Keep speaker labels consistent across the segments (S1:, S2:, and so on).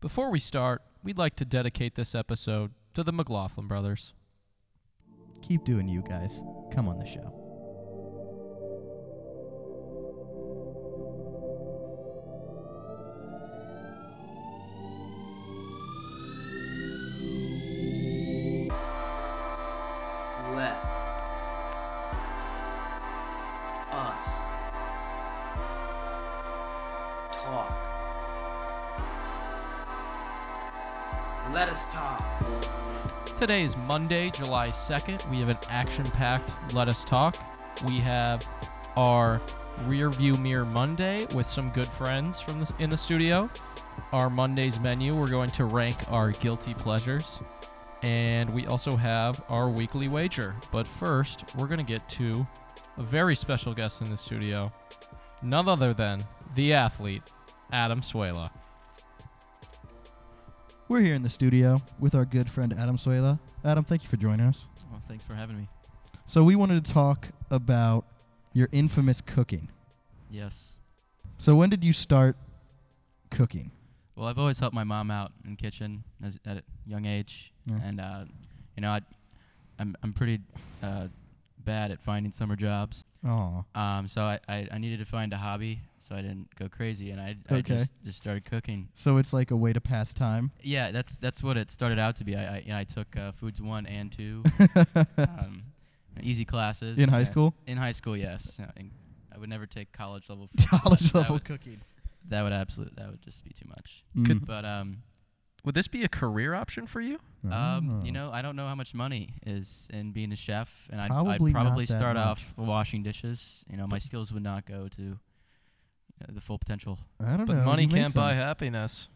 S1: Before we start, we'd like to dedicate this episode to the McLaughlin brothers.
S2: Keep doing you guys. Come on the show.
S3: Let us talk. Let us talk.
S1: Today is Monday, July 2nd. We have an action packed Let Us Talk. We have our Rearview Mirror Monday with some good friends from the, in the studio. Our Monday's menu, we're going to rank our guilty pleasures. And we also have our weekly wager. But first, we're going to get to a very special guest in the studio, none other than the athlete, Adam Suela.
S2: We're here in the studio with our good friend Adam Suela. Adam, thank you for joining us.
S4: Well, thanks for having me.
S2: So we wanted to talk about your infamous cooking.
S4: Yes.
S2: So when did you start cooking?
S4: Well, I've always helped my mom out in the kitchen as, at a young age,
S2: Yeah.
S4: and uh, you know, I, I'm I'm pretty uh, bad at finding summer jobs.
S2: Oh,
S4: Um, so I, I, I needed to find a hobby so I didn't go crazy, and I, I
S2: Okay.
S4: just just started cooking.
S2: so it's like a way to pass time.
S4: Yeah, that's that's what it started out to be. I I, you know, I took uh, foods one and two, um, easy classes
S2: in high
S4: uh,
S2: school,
S4: In high school, yes. Uh, in- I would never take college level.
S2: college
S4: that
S2: level
S4: Would,
S2: cooking. Hmm.
S4: that would absolutely that would just be too much.
S1: Could-
S4: But um,
S1: Would this be a career option for you?
S2: Oh.
S4: Um, you know, I don't know how much money is in being a chef, and I'd
S2: Probably
S4: probably, I'd
S2: not
S4: probably
S2: that
S4: start
S2: much.
S4: off washing dishes. You know, my skills would not go to you know, the full potential.
S2: I don't
S1: But
S2: know.
S1: money
S2: you make
S1: can't
S2: some-
S1: buy happiness.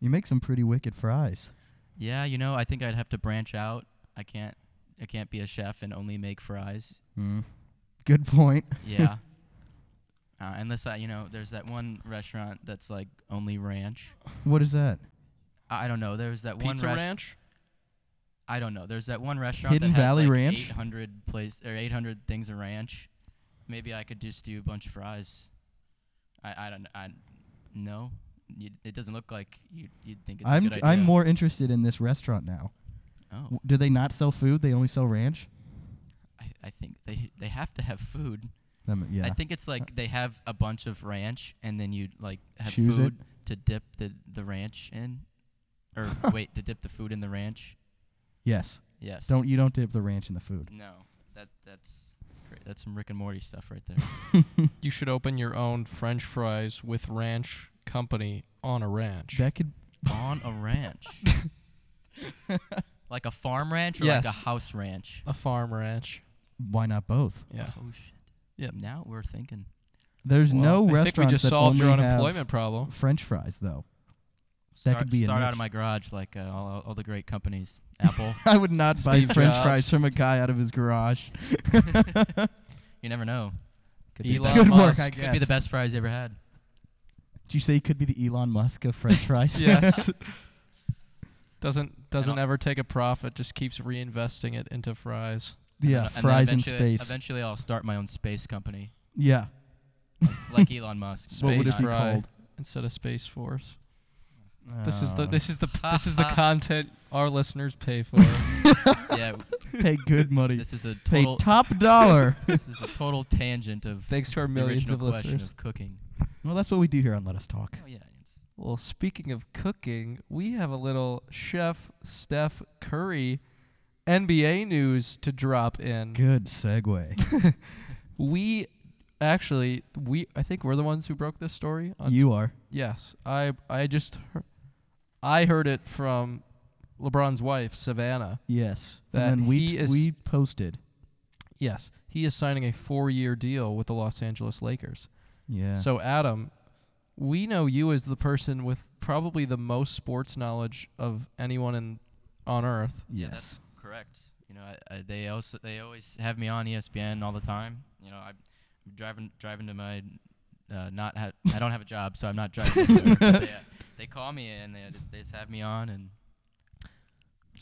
S2: You make some pretty wicked fries.
S4: Yeah, you know, I think I'd have to branch out. I can't, I can't be a chef and only make fries.
S2: Mm. Good point.
S4: Yeah, uh, unless I, you know, there's that one restaurant that's like only ranch.
S2: What is that?
S4: I I don't know. There's that one
S1: Pizza
S4: restaurant.
S1: Ranch?
S4: I don't know. There's that one restaurant
S2: Hidden
S4: that has
S2: Valley
S4: like
S2: Ranch?
S4: 800 place or 800 things a ranch. Maybe I could just do a bunch of fries. I I don't I no. You, it doesn't look like you you'd think it's a
S2: I'm
S4: good idea.
S2: I'm more interested in this restaurant now.
S4: Oh,
S2: W- Do they not sell food? They only sell ranch.
S4: I, I think they they have to have food.
S2: That m- yeah.
S4: I think it's like they have a bunch of ranch and then you like have
S2: Choose it?
S4: food to dip the the ranch in or wait, to dip the food in the ranch.
S2: yes.
S4: Yes.
S2: Don't you don't dip the ranch in the food.
S4: No. That that's great. That's some Rick and Morty stuff right there.
S1: You should open your own French fries with ranch company on a ranch.
S2: That could
S4: on a ranch. like a farm ranch or like
S1: Yes.
S4: a house ranch?
S1: a farm ranch.
S2: why not both?
S1: Yeah.
S4: Oh shit.
S1: Yep.
S4: Now we're thinking.
S2: There's no
S1: I
S2: restaurant
S1: think we just
S2: that
S1: solved your
S2: only have
S1: unemployment problem.
S2: French fries though. That
S4: start,
S2: could be a
S4: start out
S2: niche.
S4: of my garage like uh, all, all the great companies. Apple.
S2: I would not buy
S1: Steve
S2: French
S1: Jobs.
S2: fries from a guy out of his garage.
S4: you never know. Could be,
S1: Elon
S4: the,
S2: Good
S1: Musk.
S2: work, I
S4: could
S2: guess.
S4: be the best fries you ever had.
S2: Did you say you could be the Elon Musk of French fries?
S1: yes. Doesn't doesn't
S4: don't-
S1: ever take a profit, just keeps reinvesting it into fries.
S2: yeah.
S4: And then
S2: fries in
S4: eventually-
S2: space.
S4: Eventually, I'll start my own space company,
S2: Yeah.
S4: like Elon Musk.
S1: Space
S2: What would it be
S1: fry
S2: called?
S1: instead of Space Force. This is the
S2: Uh,
S1: this is the this is the content our listeners pay for.
S4: yeah, w-
S2: pay good money.
S4: this is a
S2: Pay
S4: total.
S2: top dollar.
S4: this is a total tangent of
S1: Thanks to our
S4: the
S1: millions of
S4: original question
S1: listeners.
S4: of cooking.
S2: well, that's what we do here on Let Us Talk.
S1: Mm.
S4: Oh yeah, it's-
S1: Well, speaking of cooking, we have a little chef Steph Curry NBA news to drop in.
S2: Good segue.
S1: We actually we I think we're the ones who broke this story. On
S2: you are.
S1: yes, I I just hear- I heard it from LeBron's wife Savannah.
S2: Yes.
S1: That
S2: and then we
S1: he
S2: t-
S1: is-
S2: we posted.
S1: Yes, he is signing a four-year deal with the Los Angeles Lakers.
S2: Yeah.
S1: So Adam, we know you as the person with probably the most sports knowledge of anyone in on earth.
S4: Yeah,
S2: yes.
S4: that's correct. You know, I, I, they also they always have me on E ESPN all the time. You know, I, I'm driving driving to my uh, not ha- I don't have a job, so I'm not driving. anywhere, but they, uh, they call me and they just, they just have me on and.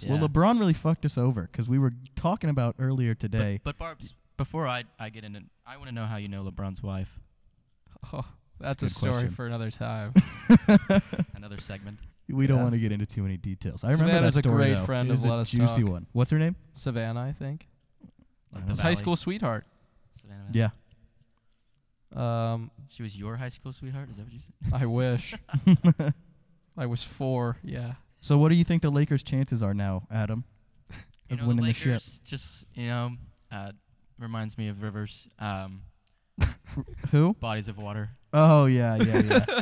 S2: Well,
S4: Yeah.
S2: LeBron really fucked us over because we were talking about earlier today.
S4: But Barb's before I I get into I want to know how you know LeBron's wife.
S1: Oh, that's,
S2: a
S1: a,
S2: good
S1: story
S2: question.
S1: for another time.
S4: Another segment.
S2: We don't
S1: Yeah.
S2: want to get into too many details. I remember
S1: Savannah's
S2: that
S1: a
S2: story.
S1: great
S2: though.
S1: friend
S2: It
S1: of
S2: is a
S1: Let Us
S2: juicy
S1: Talk.
S2: one. What's her name?
S1: Savannah, I think.
S2: I
S4: Like
S2: don't
S4: the
S1: His high
S2: know.
S4: Valley.
S1: school sweetheart.
S4: Savannah Valley.
S2: Yeah.
S1: Um,
S4: She was your high school sweetheart. Is that what you said?
S1: I wish. I was four. Yeah.
S2: So what do you think the Lakers' chances are now, Adam,
S4: You
S2: of
S4: know,
S2: winning
S4: the
S2: the ship?
S4: Lakers Just you know, uh, reminds me of rivers, um,
S2: Who?
S4: bodies of water.
S2: Oh yeah, yeah, yeah.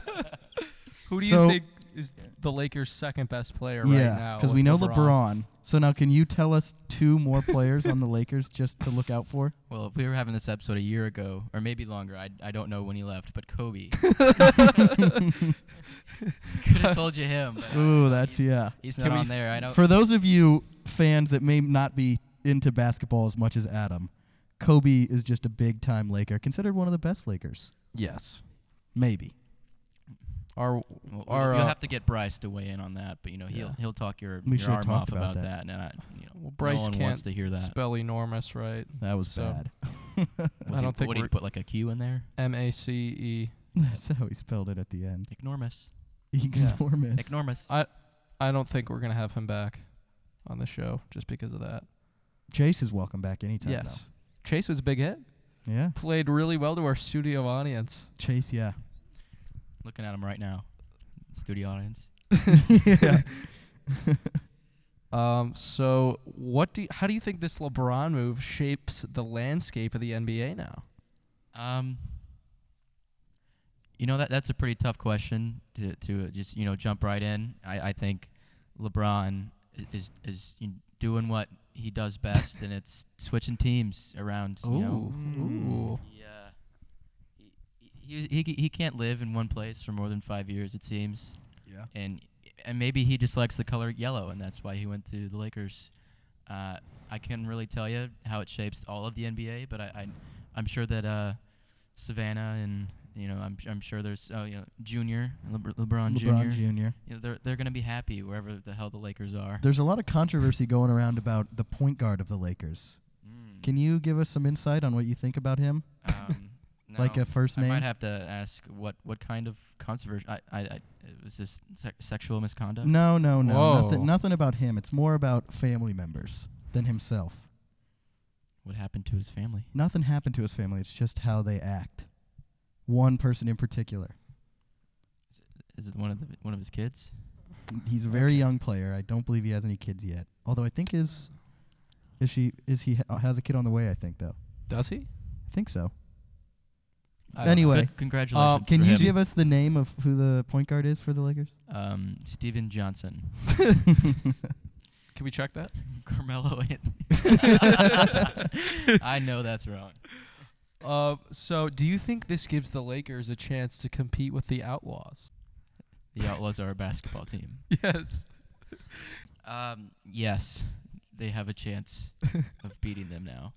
S1: Who do
S2: So-
S1: you think is the Lakers' second best player right now?
S2: because
S1: with
S2: we know LeBron. So now, can you tell us two more players on the Lakers just to look out for?
S4: Well, if we were having this episode a year ago, or maybe longer, I, I don't know when he left, but Kobe. Could have told you him. But uh,
S2: Ooh, that's yeah.
S4: he's
S1: Can
S4: not
S1: we
S4: on
S1: f-
S4: there. I don't.
S2: For those of you fans that may not be into basketball as much as Adam, Kobe is just a big time Laker, considered one of the best Lakers,
S1: Yes.
S2: maybe.
S1: Our
S4: Well, we-
S1: our
S4: you'll
S1: uh,
S4: have to get Bryce to weigh in on that, but you know he'll
S1: Yeah.
S4: he'll talk your,
S2: We
S4: your
S2: should've
S4: arm
S2: talked
S4: off
S2: about that.
S4: about that, and I, you know
S1: well, Bryce
S4: no one
S1: can't
S4: wants to hear that.
S1: spell enormous, right?
S2: That was
S1: So-
S2: bad.
S4: Was
S1: I
S4: he-
S1: don't think
S4: what did
S1: we're-
S4: he put like a Q in there?
S1: M A C E.
S2: That's how he spelled it at the end.
S4: Ignormous.
S2: Enormous.
S4: Ignormous.
S1: I don't think we're gonna have him back on the show just because of that.
S2: Chase is welcome back anytime.
S1: yes. Chase was a big hit.
S2: Though. Yeah.
S1: Played really well to our studio audience.
S2: Chase. Yeah.
S4: Looking at him right now, studio audience.
S2: yeah.
S1: Um, so what do you, how do you think this LeBron move shapes the landscape of the NBA now?
S4: Um, you know that that's a pretty tough question to to just you know jump right in. I, I think LeBron i- is is you know, doing what he does best, and it's switching teams around. You know,
S1: Ooh.
S4: he, uh, he- he, he he can't live in one place for more than five years, it seems,
S2: yeah.
S4: and and maybe he just likes the color yellow, and that's why he went to the Lakers. Uh, I can't really tell you how it shapes all of the NBA, but I, I I'm sure that uh, Savannah and you know I'm I'm sure there's oh you know Junior Lebr- LeBron, Junior.
S2: LeBron Junior.
S4: you know, they're they're gonna be happy wherever the hell the Lakers are.
S2: There's a lot of controversy going around about the point guard of the Lakers.
S4: Mm.
S2: Can you give us some insight on what you think about him?
S4: Um,
S2: Like
S4: no.
S2: a first
S4: I
S2: name?
S4: might have to ask what what kind of controversy. I I, I was this sec- sexual misconduct.
S2: No, no, no.
S1: Whoa.
S2: Nothing, nothing about him. It's more about family members than himself.
S4: What happened to his family?
S2: Nothing happened to his family. It's just how they act. One person in particular.
S4: Is it one of the one of his kids?
S2: He's a very young player. I don't believe he has any kids yet. Although I think is is she is he ha- has a kid on the way. I think though.
S1: Does he?
S2: I think so.
S1: I don't know.
S2: Anyway.
S4: Good, congratulations.
S2: Uh, Can
S4: for
S2: you
S4: him.
S2: give us the name of who the point guard is for the Lakers?
S4: um Steven Johnson,
S1: Can we check that?
S4: Carmelo Anthony? I know that's wrong.
S1: Uh, so do you think this gives the Lakers a chance to compete with the Outlaws?
S4: The Outlaws are a basketball team.
S1: Yes.
S4: Um, yes, they have a chance of beating them now.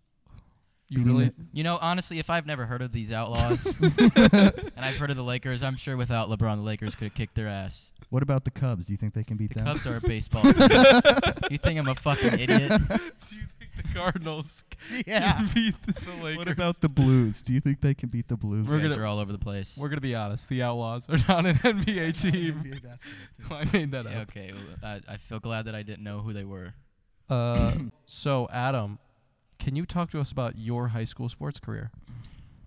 S1: You
S2: Beating
S1: really?
S2: it.
S4: You know, honestly, if I've never heard of these Outlaws, and I've heard of the Lakers, I'm sure without LeBron, the Lakers could have kicked their ass.
S2: What about the Cubs? Do you think they can beat
S4: The
S2: them?
S4: Cubs are a baseball team. you think I'm a fucking idiot?
S1: Do you think the Cardinals
S2: Yeah.
S1: beat the Lakers?
S2: What about the Blues? Do you think they can beat the Blues?
S1: We're
S4: We're guys
S1: gonna-
S4: are all over the place.
S1: We're gonna be honest. The Outlaws are not an NBA team. I made that
S4: Yeah,
S1: up.
S4: okay, well, I, I feel glad that I didn't know who they were.
S1: Uh, so Adam, can you talk to us about your high school sports career?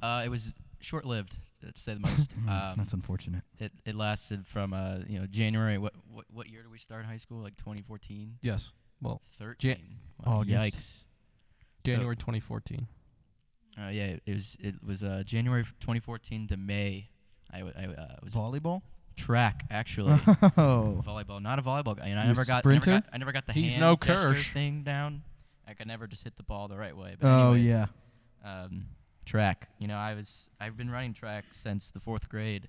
S4: Uh, it was short-lived, uh, to say the most.
S2: Mm,
S4: Um,
S2: That's unfortunate.
S4: it, it lasted from uh, you know January. What, what what year did we start high school? Like 2014,
S1: Yes. Well,
S4: 13.
S2: August.
S4: Yikes. So-
S1: January 2014.
S4: Uh, yeah, it, it was it was uh, January f- 2014 to May. I, w- I uh, was
S2: Volleyball?
S4: track actually
S2: Oh.
S4: volleyball, not a volleyball guy. And I
S2: You're a
S4: never got,
S2: sprinter?
S4: never got I never got the
S1: He's
S4: hand
S1: no
S4: gesture
S1: Kirsch.
S4: thing down. I could never just hit the ball the right way. But
S2: Oh,
S4: anyways,
S2: yeah.
S4: um, track. You know, I was I've been running track since the fourth grade.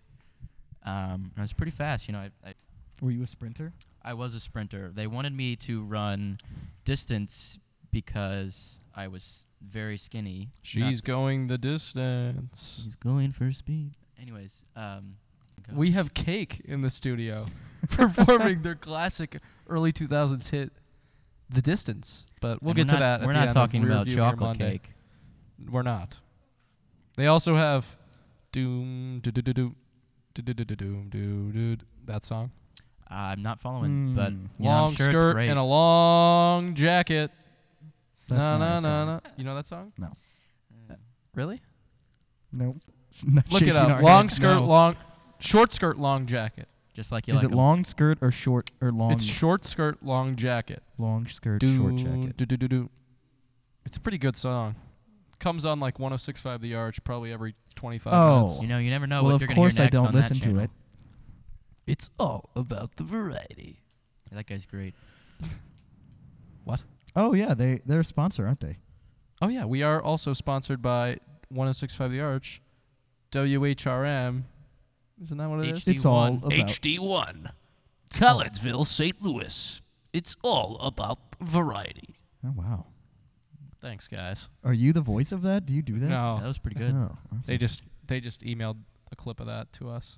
S4: Um, I was pretty fast. You know, I, I
S2: Were you a sprinter?
S4: I was a sprinter. They wanted me to run distance because I was very skinny. Not
S1: She's
S4: th-
S1: going the distance.
S4: He's going for speed. Anyways, um, go.
S1: We have Cake in the studio performing their classic early 2000s hit, The Distance. But we'll
S4: And
S1: get
S4: we're
S1: to
S4: not-
S1: that. at
S4: We're
S1: the
S4: not
S1: end of
S4: talking
S1: Rear
S4: about
S1: View Mirror
S4: chocolate
S1: Monday.
S4: cake.
S1: We're not. They also have Doom, do do do do, do do do do do do that song.
S4: I'm not following, but
S2: Mm.
S4: you know,
S1: Hmm. long
S4: I'm sure
S1: skirt
S4: it's great.
S1: and a long jacket.
S2: That's
S1: na na
S2: not
S1: na
S2: a song.
S1: na. You know that song? Uh,
S2: No.
S1: Really?
S2: Nope. Not
S1: Look it
S2: shaking
S1: up.
S2: our
S1: Long
S2: heads,
S1: skirt,
S2: no.
S1: long, short skirt, long jacket.
S4: just like you
S2: Is
S4: like
S2: it
S4: 'em.
S2: long skirt or short or long?
S1: It's short skirt, long jacket.
S2: long skirt,
S1: Do,
S2: short jacket.
S1: Do, do, do, do. It's a pretty good song. Comes on like 106.5 The Arch probably every 25
S2: Oh.
S1: minutes.
S4: You know, you never know
S2: well, of
S4: what you're
S2: course
S4: gonna
S2: I
S4: hear next
S2: don't
S4: on
S2: listen
S4: that channel.
S2: to it.
S1: It's all about the variety.
S4: Yeah, that guy's great.
S1: What?
S2: Oh yeah, they they're a sponsor, aren't they?
S1: Oh, yeah. We are also sponsored by 106.5 The Arch, WHRM. Isn't that what it is?
S4: HD1.
S2: It's all about
S1: HD1, Collinsville, St. Louis. It's all about variety.
S2: Oh wow.
S1: Thanks, guys.
S2: Are you the voice of that? Do you do that?
S1: No,
S4: Yeah, that was pretty good.
S2: Oh, that's
S1: they just they just emailed a clip of that to us.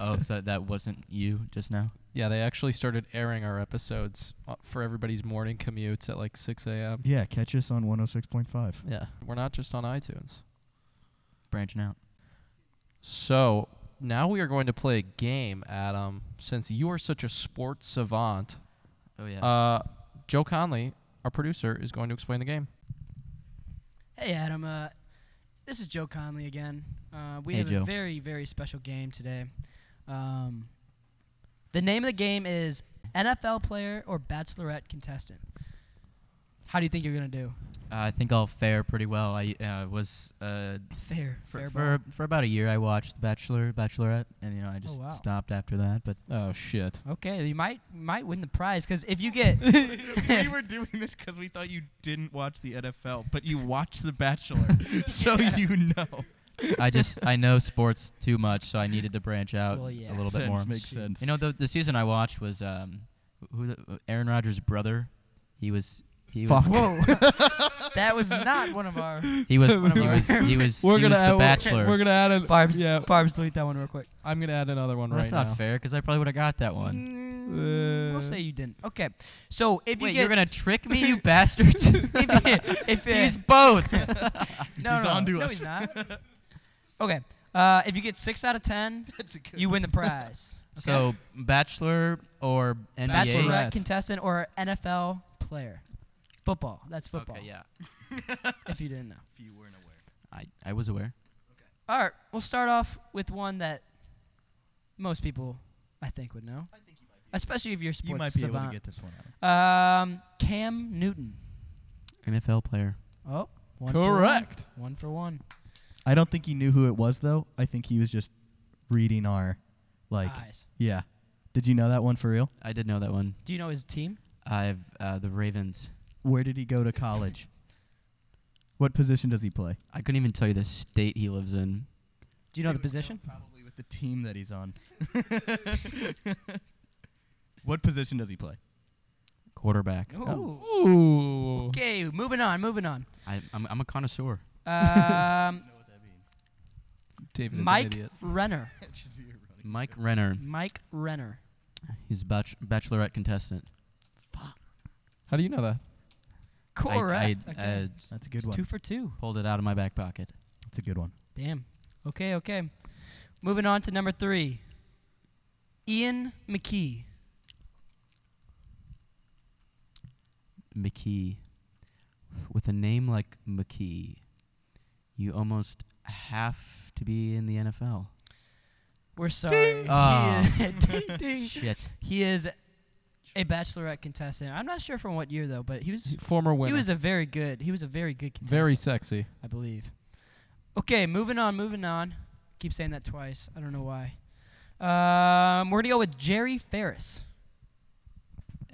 S4: oh, so that wasn't you just now?
S1: yeah, they actually started airing our episodes uh, for everybody's morning commutes at like 6 a.m.
S2: Yeah, catch us on 106.5.
S1: Yeah, we're not just on iTunes.
S4: Branching out.
S1: So now we are going to play a game, Adam. Since you are such a sports savant,
S4: Oh yeah.
S1: uh, Joe Conley, our producer, is going to explain the game.
S5: Hey, Adam. Uh, this is Joe Conley again. Uh, we
S4: Hey,
S5: have
S4: Joe.
S5: a very, very special game today. Um, the name of the game is NFL player or bachelorette contestant. How do you think you're gonna do?
S4: I think I'll fare pretty well. I uh, was uh,
S5: Fair,
S4: for,
S5: fair
S4: for
S5: ball.
S4: for about a year. I watched The Bachelor, Bachelorette, and you know I just
S5: Oh, wow.
S4: stopped after that. But
S1: Oh shit!
S5: Okay, you might might win the prize because if you get
S2: we were doing this because we thought you didn't watch the NFL, but you watched The Bachelor, so you know.
S4: I just I know sports too much, so I needed to branch out
S5: Well, yeah.
S4: Uh, a little
S2: sense
S4: bit more.
S2: makes
S5: Shoot.
S2: sense.
S4: You know, the the season I watched was um, who the, Aaron Rodgers' brother. He was he
S2: Fuck.
S4: was
S5: whoa, that was not one of our
S4: he was he
S5: One of our-
S4: was he was, he was the Bachelor.
S1: We're gonna add it.
S5: Barb's.
S1: Yeah,
S5: Barb's delete that one real quick.
S1: I'm gonna add another one
S4: Well, that's
S1: right
S4: not
S1: now.
S4: fair because I probably would have got that one.
S5: Mm,
S1: Uh,
S5: we'll say you didn't. Okay, so if you
S4: Wait,
S5: get
S4: you're gonna trick me, you bastards!
S5: if, you- if uh,
S4: He's both.
S5: No,
S2: He's
S5: no,
S2: onto
S5: no,
S2: us.
S5: he's not. okay. Uh, if you get six out of ten, you win the prize.
S4: So, Bachelor or NBA?
S5: Bachelorette contestant or NFL player. Football. That's football.
S4: Okay, yeah.
S5: If you didn't know.
S4: I, I was aware.
S5: All right. We'll start off with one that most people, I think, would know. Especially if you're a sports
S2: You might be able to
S5: savant.
S2: get this one out.
S5: um, Cam Newton.
S4: NFL player.
S5: Oh, one
S1: Correct.
S5: For one. one for one.
S2: I don't think he knew who it was, though. I think he was just reading our, like,
S5: Eyes.
S2: yeah. Did you know that one for real?
S4: I did know that one.
S5: Do you know his team?
S4: I've uh, the Ravens.
S2: Where did he go to college? what position does he play?
S4: I couldn't even tell you the state he lives in.
S5: Do you know the position?
S2: Probably with the team that he's on. what position does he play?
S4: Quarterback.
S5: Ooh.
S1: Ooh.
S5: Okay. Moving on. Moving on.
S4: I, I'm, I'm a connoisseur.
S5: Um,
S1: David is an
S5: Mike
S1: idiot.
S5: Renner.
S4: Mike Renner.
S5: Mike Renner.
S4: He's a bach- bachelorette contestant.
S1: How do you know that?
S4: I-
S5: Correct.
S4: I,
S5: okay.
S4: uh,
S2: That's a good
S5: two
S2: one.
S5: for two.
S4: pulled it out of my back pocket.
S2: That's a good one.
S5: Damn. Okay, okay. Moving on to number three. Ian McKee.
S4: McKee. With a name like McKee, you almost have to be in the NFL.
S5: We're sorry. He
S4: Ah.
S5: is- ding, ding.
S4: Shit.
S5: He is a bachelorette contestant. I'm not sure from what year though, but he was
S1: Former winner.
S5: he was a very good he was a very good contestant.
S1: very sexy.
S5: I believe. Okay, moving on, moving on. Keep saying that twice. I don't know why. Um, we're gonna go with Jerry Ferris.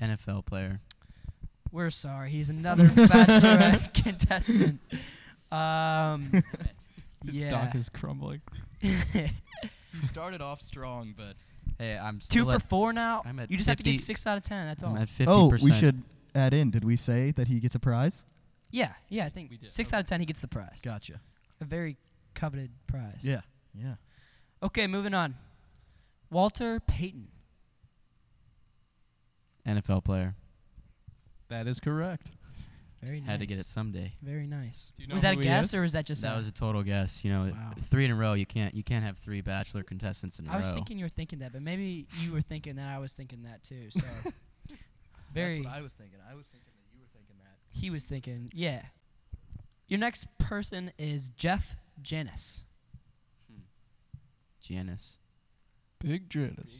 S4: NFL player.
S5: We're sorry. He's another bachelorette contestant. Um,
S1: His
S5: yeah.
S1: stock is crumbling.
S2: You started off strong, but
S4: Hey, I'm still
S5: Two for
S4: at,
S5: four now.
S4: I'm at
S5: You just have to get
S4: 50
S5: six out of ten. That's all.
S4: I'm at 50%.
S2: oh, we should add in. Did we say that he gets a prize?
S5: yeah, yeah. I think
S1: we did.
S5: six out of ten. He gets the prize.
S2: Gotcha.
S5: A very coveted prize.
S2: Yeah. Yeah.
S5: Okay, moving on. Walter Payton.
S4: NFL player.
S1: That is correct.
S5: Very nice.
S4: Had to get it someday.
S5: Very nice.
S1: Do you know
S5: was that
S1: who
S5: a
S1: he
S5: guess
S1: is?
S5: or was that just
S4: that
S5: a-
S4: was a total guess. You know,
S5: Wow.
S4: three in a row. You can't you can't have three Bachelor contestants in a
S5: I was
S4: row.
S5: thinking you were thinking that, but maybe you were thinking that I was thinking that too. So very
S2: That's what I was thinking. I was thinking that you were thinking that.
S5: he was thinking, yeah. Your next person is Jeff Janis.
S4: Janice,
S1: Big Janice.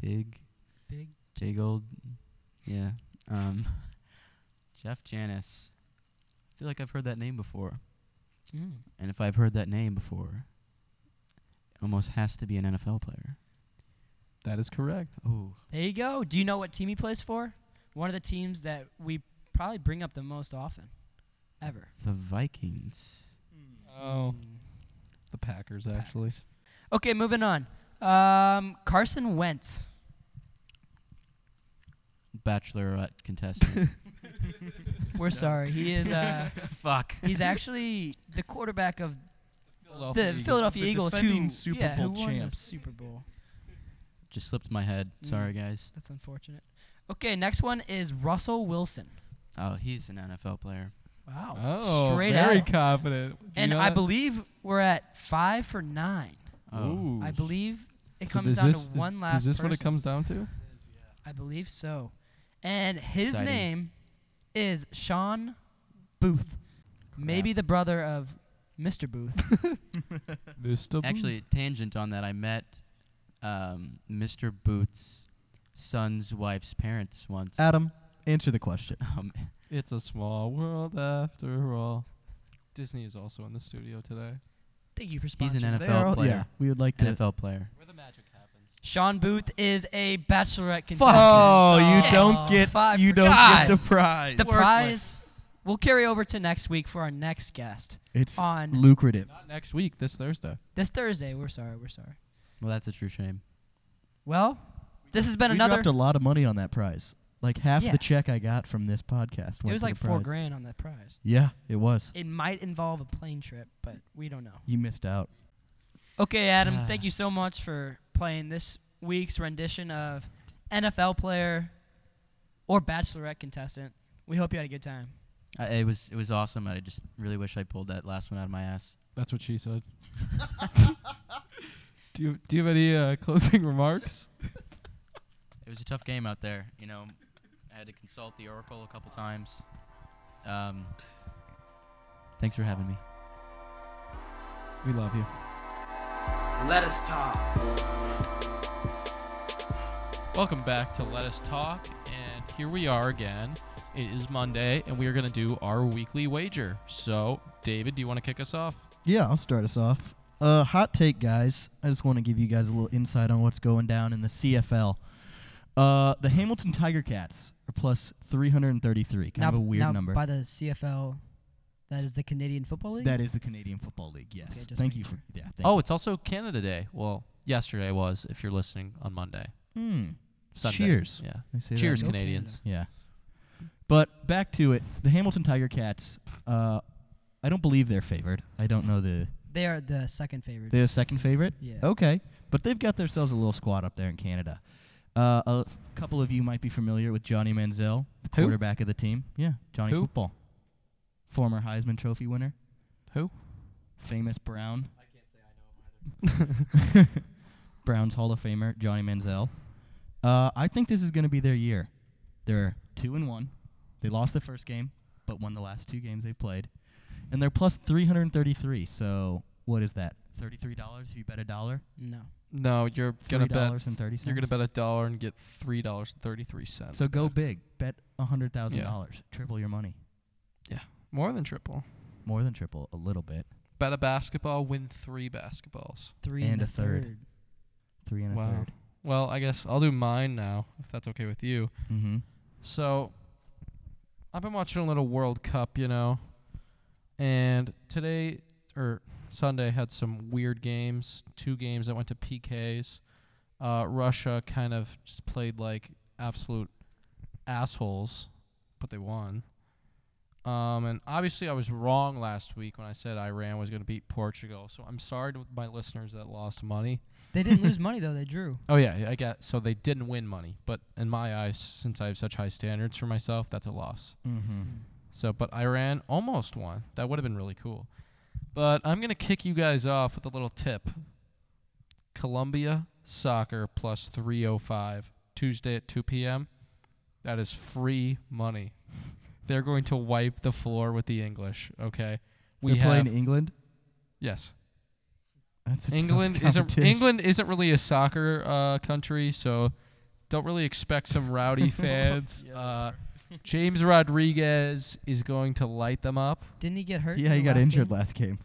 S4: big,
S5: Big
S4: J Gold, yeah. Um, Jeff Janice. I feel like I've heard that name before, and if I've heard that name before, it almost has to be an NFL player.
S1: That is correct.
S4: Oh,
S5: There you go. Do you know what team he plays for? One of the teams that we probably bring up the most often, ever.
S4: the Vikings.
S2: Hmm.
S1: Oh, the Packers actually.
S5: Okay, moving on. Um, Carson Wentz.
S4: Bachelorette contestant.
S5: We're sorry. He is. Uh,
S4: Fuck.
S5: he's actually the quarterback of the
S1: Eagles.
S5: Philadelphia
S2: The
S5: Eagles,
S2: defending
S5: who
S2: Super
S5: yeah, who
S2: Bowl
S5: won the
S2: champs.
S5: Super Bowl.
S4: Just slipped my head.
S5: Mm.
S4: Sorry, guys.
S5: That's unfortunate. Okay, next one is Russell Wilson.
S4: Oh, he's an NFL player.
S5: Wow.
S1: Oh,
S5: Straight
S1: very
S5: out.
S1: confident. Do you
S5: and
S1: know
S5: I
S1: that?
S5: believe we're at five for nine.
S4: Oh.
S1: Ooh.
S5: I believe it
S1: So
S5: comes
S1: is
S5: down
S1: this,
S5: to one
S1: is,
S5: last.
S1: Is this what it
S5: person.
S1: comes down to?
S5: I believe so. And his
S4: Exciting.
S5: name is Sean Booth. Maybe the brother of Mr. Booth.
S1: Mr.
S4: Actually, tangent on that, I met um, Mr. Booth's son's wife's parents once.
S2: Adam, answer the question.
S4: Um,
S1: it's a small world after all. Disney is also in the studio today.
S5: Thank you for sponsoring.
S4: He's an
S5: us.
S4: NFL player.
S2: Yeah, we would like to.
S4: NFL player.
S1: Where the magic happens.
S5: Sean Booth is a bachelorette contestant.
S2: Oh, you
S5: Yes.
S2: don't get
S5: Five
S2: you
S5: for-
S2: don't
S5: God.
S2: get the prize.
S5: the prize. We'll carry over to next week for our next guest
S2: it's
S5: on
S2: lucrative.
S1: Not next week, this Thursday.
S5: this Thursday. We're sorry. We're sorry.
S4: Well, that's a true shame.
S5: Well, this has been
S2: we
S5: another.
S2: dropped a lot of money on that prize. Like half
S5: Yeah.
S2: the check I got from this podcast. Went
S5: It was
S2: to
S5: like
S2: the
S5: four
S2: prize.
S5: grand on that prize.
S2: Yeah, it was.
S5: It might involve a plane trip, but we don't know.
S2: You missed out.
S5: Okay, Adam,
S4: Ah.
S5: thank you so much for playing this week's rendition of NFL player or bachelorette contestant. We hope you had a good time.
S4: I, it was it was awesome. I just really wish I pulled that last one out of my ass.
S1: That's what she said. do you do you have any uh, closing remarks?
S4: It was a tough game out there. You know, I had to consult the oracle a couple times. Um, thanks for having me.
S1: We love you.
S3: Let us talk.
S1: Welcome back to Let Us Talk, and here we are again. It is Monday, and we are going to do our weekly wager. So, David, do you want to kick us off?
S2: Yeah, I'll start us off. Uh, hot take, guys. I just want to give you guys a little insight on what's going down in the CFL. Uh, the Hamilton Tiger Cats are plus 333. Kind of a weird number.
S5: By the CFL, that is the Canadian Football League.
S2: That is the Canadian Football League. Yes.
S5: Okay, just
S2: Thank
S5: making
S2: you for
S5: sure.
S2: yeah. Thank
S1: Oh, it's also Canada Day. Well, yesterday was, if you're listening on Monday.
S2: you. Hmm.
S1: Sunday.
S2: Cheers.
S1: Yeah.
S2: They say that
S1: Cheers,
S2: in-
S5: Go
S1: Canadians.
S2: Yeah. But back to it. The Hamilton Tiger Cats. Uh, I don't believe they're favored. I don't know the.
S5: they are the second favorite.
S2: They're the second favorite.
S5: yeah.
S2: Okay, but they've got themselves a little squad up there in Canada. Uh, a f- couple of you might be familiar with Johnny Manziel, the
S1: Who?
S2: quarterback of the team. Yeah, Johnny
S1: Who?
S2: Football, former Heisman Trophy winner,
S1: Who?
S2: famous Brown. I can't say I know him either. Brown's Hall of Famer Johnny Manziel. Uh, I think this is going to be their year. They're two and one. They lost the first game, but won the last two games they played, and they're plus three hundred and thirty-three. So what is that? Thirty-three dollars if you bet a dollar.
S5: No.
S1: No, you're going
S2: Three
S1: to bet
S2: dollars and thirty cents.
S1: you're going to bet a dollar and get $3.33.
S2: So go big. Bet a hundred thousand
S1: Yeah.
S2: dollars. Triple your money.
S1: More than triple.
S2: More than triple, a little bit.
S1: Bet a basketball, win three basketballs.
S5: Three
S2: And a third. Three and a
S1: Wow.
S2: third.
S1: Well, I guess I'll do mine now, if that's okay with you.
S2: Mm-hmm.
S1: So, I've been watching a little World Cup, you know, and today or Sunday had some weird games. Two games that went to PKs. Uh, Russia kind of just played like absolute assholes, but they won. Um, and obviously, I was wrong last week when I said Iran was going to beat Portugal. So I'm sorry to my listeners that lost money.
S5: They didn't lose money though. They drew.
S1: Oh yeah, I get. So they didn't win money, but in my eyes, since I have such high standards for myself, that's a loss.
S2: Mm-hmm.
S1: So, but Iran almost won. That would have been really cool. But I'm gonna kick you guys off with a little tip. Columbia soccer plus 305 Tuesday at 2 p.m. That is free money. They're going to wipe the floor with the English. Okay, we
S2: They're
S1: have
S2: playing England.
S1: yes.
S2: That's a tough
S1: England isn't
S2: competition.
S1: England isn't really a soccer uh, country, so don't really expect some rowdy fans. uh, James Rodriguez is going to light them up.
S5: Didn't he get hurt?
S2: Yeah,
S5: in
S2: he
S5: the
S2: got
S5: last
S2: injured
S5: game?
S2: last game.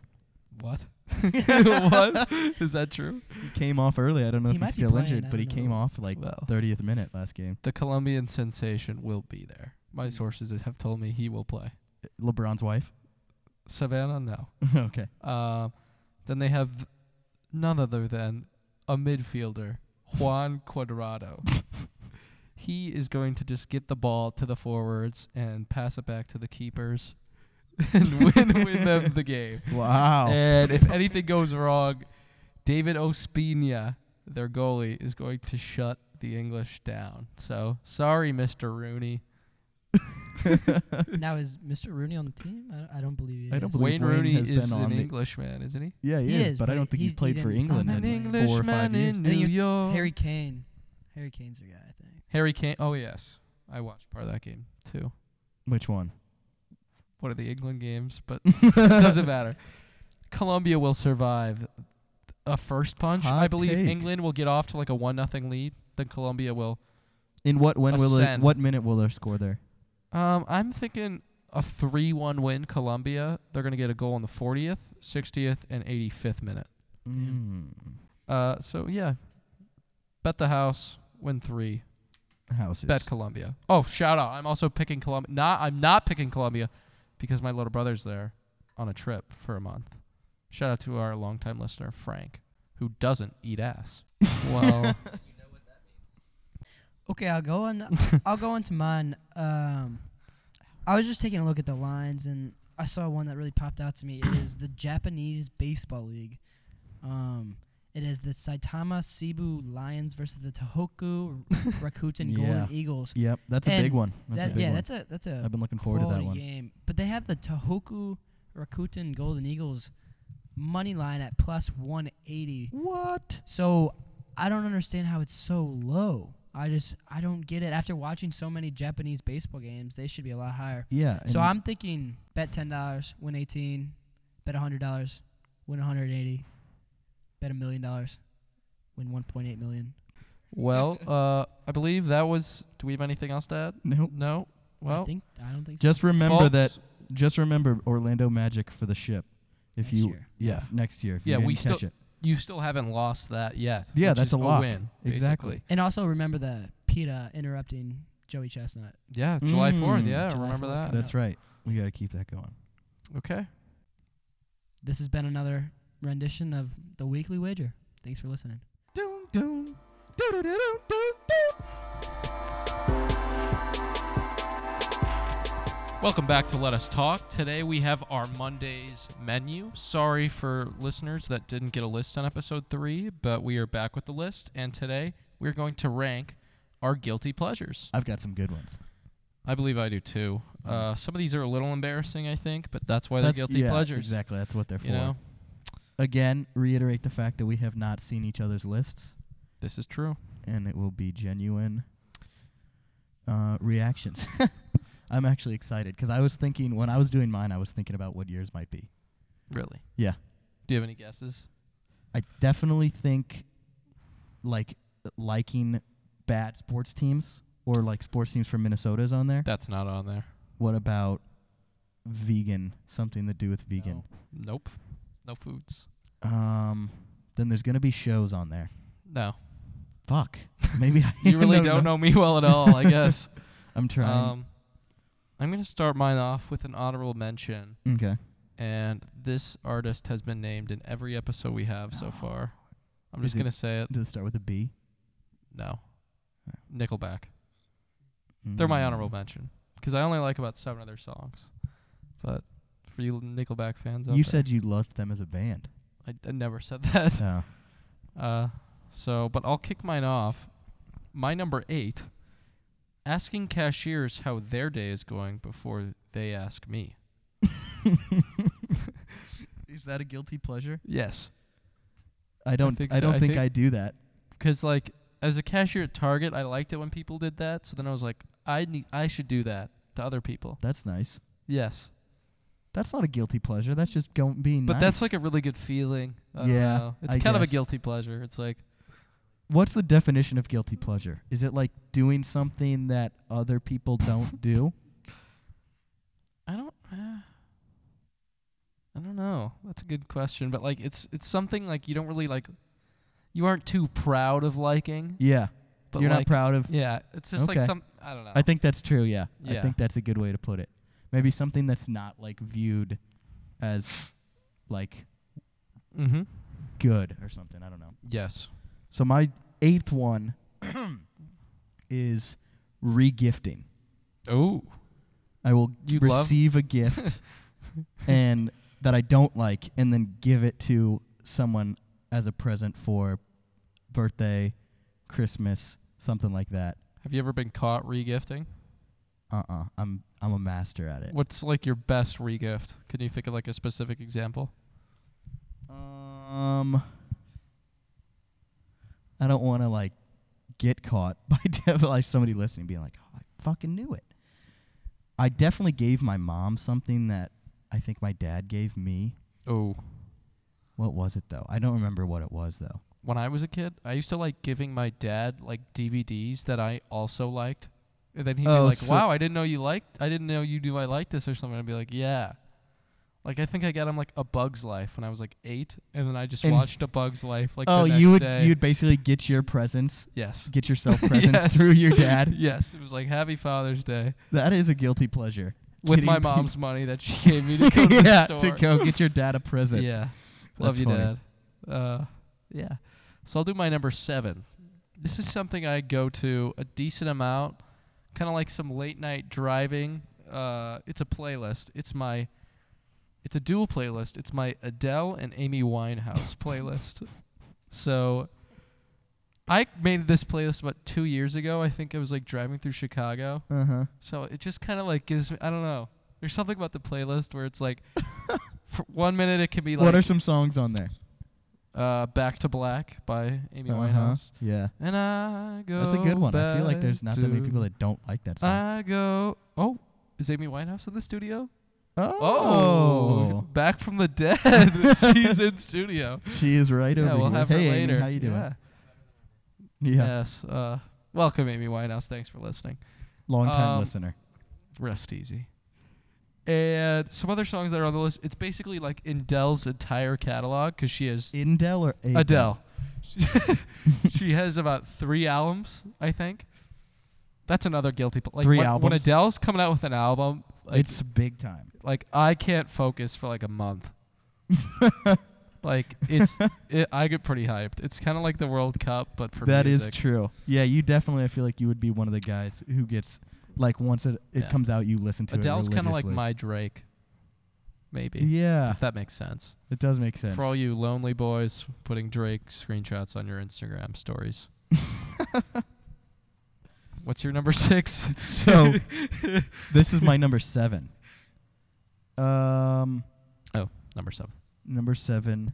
S1: What? what is that true?
S2: He came off early. I don't know
S5: He
S2: if
S5: might
S2: he's
S5: be
S2: still
S5: playing,
S2: injured,
S5: I
S2: but he
S5: don't
S2: came
S5: know.
S2: off like
S1: Well.
S2: 30th minute last game.
S1: The Colombian sensation will be there.
S2: Mm.
S1: My sources have told me he will play.
S2: LeBron's wife.
S1: Savannah, no.
S2: okay.
S1: Um, then they have none other than a midfielder, Juan Cuadrado. he is going to just get the ball to the forwards and pass it back to the keepers and win win them the game.
S2: Wow.
S1: And if anything goes wrong, David Ospina, their goalie, is going to shut the English down. So sorry, Mr. Rooney.
S5: Now is Mr. Rooney on the team? I, I don't believe he is.
S2: I don't believe
S1: Wayne
S2: Wayne
S1: Rooney
S2: has
S1: is
S2: been
S1: an
S2: on the-
S1: Englishman, isn't he?
S2: yeah, he,
S5: He
S2: is,
S5: is,
S2: but I
S5: but
S2: don't think
S5: he-
S2: he's
S5: he
S2: played for
S5: didn't-
S2: England
S5: I'm
S2: in
S5: an
S2: like four or
S1: Englishman
S2: five years.
S1: in
S5: I think
S1: New
S5: it's
S2: Oh.
S1: York.
S5: Harry Kane. Harry Kane's your guy, I think.
S1: Harry Kane. Oh yes, I watched part of that game too.
S2: Which one?
S1: One of the England games, but it doesn't matter. Colombia will survive a first punch. I
S2: Hot
S1: believe
S2: take.
S1: England will get off to like a one nothing lead. Then Colombia will.
S2: In what when will it,
S1: Ascend.
S2: what minute will their score there?
S1: Um, I'm thinking a three one win. Colombia. They're gonna get a goal in the 40th, 60th, and 85th minute.
S2: Mm.
S1: Uh, so yeah, bet the house. Win three.
S2: Mm, Houses.
S1: Bet Colombia. Oh, shout out! I'm also picking Colombia. Not I'm not picking Colombia because my little brother's there on a trip for a month. Shout out to our longtime listener Frank, who doesn't eat ass. well,
S5: Okay, I'll go on. I'll go into mine. Um, I was just taking a look at the lines, and I saw one that really popped out to me. It is the Japanese Baseball League. Um, it is the Saitama Cebu Lions versus the Tohoku Rakuten
S2: Yeah.
S5: Golden Eagles.
S2: Yep, that's a
S5: And
S2: big one. That's a
S5: That-
S2: big
S5: yeah,
S2: one.
S5: that's a that's a
S2: I've been looking forward to that
S5: quality
S2: one.
S5: game. But they have the Tohoku Rakuten Golden Eagles money line at plus 180.
S2: What?
S5: So I don't understand how it's so low. I just I don't get it. After watching so many Japanese baseball games, they should be a lot higher.
S2: Yeah.
S5: So
S2: and
S5: I'm thinking bet ten dollars, win eighteen, bet a hundred dollars, win hundred and eighty, bet a million dollars, win one point eight million.
S1: well, uh, I believe that was. Do we have anything else to add?
S2: Nope.
S1: No. Well,
S5: I think I don't think so.
S2: Just remember that.
S1: folks,
S2: Just remember Orlando Magic for the ship. If
S5: Next
S2: you
S5: year.
S2: Yeah,
S1: Yeah.
S2: f- next year. If
S1: Yeah,
S2: you didn't
S1: we
S2: catch
S1: still-
S2: it.
S1: you still haven't lost that yet.
S2: Yeah,
S1: which
S2: that's
S1: is
S2: a lock.
S1: win,
S2: Exactly.
S1: basically.
S5: And also remember the PETA interrupting Joey Chestnut.
S1: Yeah, July
S2: Mm.
S1: Fourth. Yeah,
S5: July
S1: remember
S5: 4th.
S1: that.
S2: That's right. We got to keep that going.
S1: Okay.
S5: This has been another rendition of the Weekly Wager. Thanks for listening.
S2: Doom, doom.
S1: Welcome back to Let Us Talk. Today we have our Monday's menu. Sorry for listeners that didn't get a list on episode three, but we are back with the list, and today we're going to rank our guilty pleasures.
S2: I've got some good ones.
S1: I believe I do too. Uh, some of these are a little embarrassing, I think, but that's why they're
S2: That's-
S1: guilty
S2: yeah,
S1: pleasures.
S2: Exactly. That's what they're for.
S1: You know,
S2: Again, reiterate the fact that we have not seen each other's lists,
S1: this is true.
S2: and it will be genuine uh, reactions. I'm actually excited because I was thinking when I was doing mine, I was thinking about what yours might be.
S1: Really.
S2: Yeah.
S1: Do you have any guesses?
S2: I definitely think like liking bad sports teams or like sports teams from Minnesota is on there.
S1: That's not on there.
S2: What about vegan? Something to do with vegan.
S1: Nope. No foods.
S2: Um, then there's gonna be shows on there.
S1: No.
S2: Fuck. Maybe I
S1: You really don't know me well at all, I guess.
S2: I'm trying.
S1: Um, I'm going to start mine off with an honorable mention.
S2: okay.
S1: And this artist has been named in every episode we have so
S2: No.
S1: far. I'm
S2: Is
S1: just
S2: it-
S1: going to say it.
S2: Does it start with a B?
S1: No. Nickelback. They're my
S2: Mm.
S1: honorable mention. 'Cause I only like about seven of their songs. But for you Nickelback fans out
S2: You
S1: there,
S2: said you loved them as a band.
S1: I, I never said that.
S2: Oh.
S1: Uh, so, but I'll kick mine off. My number eight asking cashiers how their day is going before they ask me.
S2: Is that a guilty pleasure?
S1: Yes.
S2: I don't. I,
S1: think so.
S2: don't
S1: I
S2: think,
S1: think-
S2: I do that.
S1: Because, like, as a cashier at Target, I liked it when people did that. So then I was like, I need, I should do that to other people.
S2: That's nice.
S1: Yes.
S2: That's not a guilty pleasure. That's just going being.
S1: But that's
S2: nice.
S1: like a really good feeling. I don't
S2: Yeah,
S1: know. It's
S2: I
S1: kind of a
S2: guess.
S1: guilty pleasure. It's like,
S2: What's the definition of guilty pleasure? Is it like doing something that other people don't do?
S1: I don't. Uh, I don't know. That's a good question, but like, it's it's something like you don't really like. You aren't too proud of liking,
S2: Yeah.
S1: but
S2: You're not
S1: like,
S2: proud of.
S1: Yeah, it's just like
S2: Okay.
S1: some. I don't know.
S2: I think that's true. Yeah. I
S1: Yeah.
S2: think that's a good way to put it. Maybe something that's not like viewed as like
S1: mm-hmm.
S2: good or something. I don't know.
S1: Yes.
S2: So my eighth one is regifting.
S1: Oh.
S2: I will
S1: You love-
S2: receive a gift and that I don't like and then give it to someone as a present for birthday, Christmas, something like that.
S1: Have you ever been caught regifting?
S2: Uh-uh. I'm I'm a master at it.
S1: What's like your best regift? Can you think of like a specific example?
S2: Um I don't want to like get caught by def- like somebody listening being like, "Oh, I fucking knew it." I definitely gave my mom something that I think my dad gave me.
S1: Oh.
S2: What was it though? I don't remember what it was though.
S1: When I was a kid, I used to like giving my dad like DVDs that I also liked. And then he'd
S2: Oh,
S1: be like,
S2: so-
S1: "Wow, I didn't know you liked. I didn't know you knew I liked this or something." I'd be like, "Yeah." Like I think I got him like A Bug's Life when I was like 8, and then I just
S2: And-
S1: watched A Bug's Life like
S2: oh,
S1: the next
S2: you would
S1: day.
S2: you'd basically get your presents,
S1: yes.
S2: get yourself presents
S1: Yes.
S2: through your dad.
S1: Yes, it was like Happy Father's Day
S2: That is a guilty pleasure.
S1: with
S2: Getting
S1: my
S2: people-
S1: mom's money that she gave me to go to
S2: yeah,
S1: the
S2: to
S1: store.
S2: go get your dad a present.
S1: Yeah. Love
S2: That's
S1: you,
S2: funny.
S1: Dad. Uh, yeah. So I'll do my number seven. This is something I go to a decent amount, kind of like some late night driving. Uh, it's a playlist. It's my, it's a dual playlist. It's my Adele and Amy Winehouse playlist. So I made this playlist about two years ago. I think I was like driving through Chicago.
S2: Uh huh.
S1: So it just kind of like gives me, I don't know. There's something about the playlist where it's like, for one minute it can be like,
S2: what are some songs on there?
S1: uh, Back to Black by Amy
S2: Uh-huh.
S1: Winehouse.
S2: Yeah,
S1: And I go.
S2: that's a good one. I feel like there's not
S1: back Ah.
S2: that many
S1: to-
S2: people that don't like that song.
S1: I go. Oh, is Amy Winehouse in the studio?
S2: oh,
S1: back from the dead. She's in studio.
S2: she is right
S1: yeah,
S2: over
S1: we'll
S2: here.
S1: have
S2: hey,
S1: her
S2: Amy,
S1: later.
S2: how you doing?
S1: Yeah.
S2: Yeah.
S1: Yes. Uh, welcome, Amy Winehouse. Thanks for listening.
S2: long time
S1: Um,
S2: listener.
S1: Rest easy. And some other songs that are on the list. It's basically like in Dell's entire catalog because she has
S2: Indel or Adele?
S1: Adele. she has about three albums, I think. That's another guilty. Pl- like
S2: Three
S1: when, when
S2: albums?
S1: Adele's coming out with an album, like,
S2: it's big time.
S1: like I can't focus for like a month. like it's, it, I get pretty hyped. It's kind of like the World Cup, but for
S2: That is
S1: music.
S2: true. Yeah, you definitely. I feel like you would be one of the guys who gets like once it, it
S1: Yeah.
S2: comes out, you listen to
S1: Adele's
S2: it.
S1: kind of like
S2: religiously.
S1: my Drake, maybe.
S2: Yeah,
S1: If that makes sense.
S2: it does make sense.
S1: For all you lonely boys, putting Drake screenshots on your Instagram stories. What's your number six?
S2: so this is my number seven. Um,
S1: Number seven.
S2: number seven,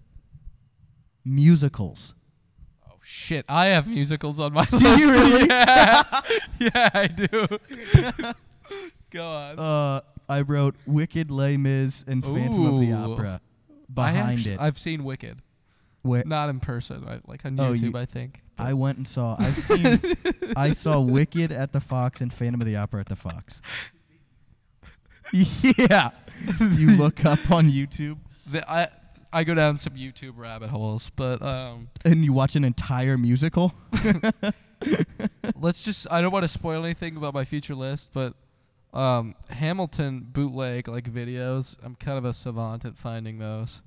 S2: musicals.
S1: Oh shit! I have musicals on my list.
S2: you really?
S1: Yeah, yeah, I do. Go on.
S2: Uh, I wrote Wicked, Les Mis, and Phantom of the
S1: Ooh.
S2: Opera
S1: I
S2: behind
S1: actu-
S2: it.
S1: I've seen Wicked,
S2: where
S1: not in person, I, like on
S2: Oh,
S1: YouTube,
S2: you-
S1: I think.
S2: I went and saw. I've seen. I saw Wicked at the Fox and Phantom of the Opera at the Fox. yeah, you look up on YouTube
S1: The- I I go down some YouTube rabbit holes, but um,
S2: and you watch an entire musical.
S1: let's just. I don't want to spoil anything about my future list, but um, Hamilton bootleg like videos. I'm kind of a savant at finding those.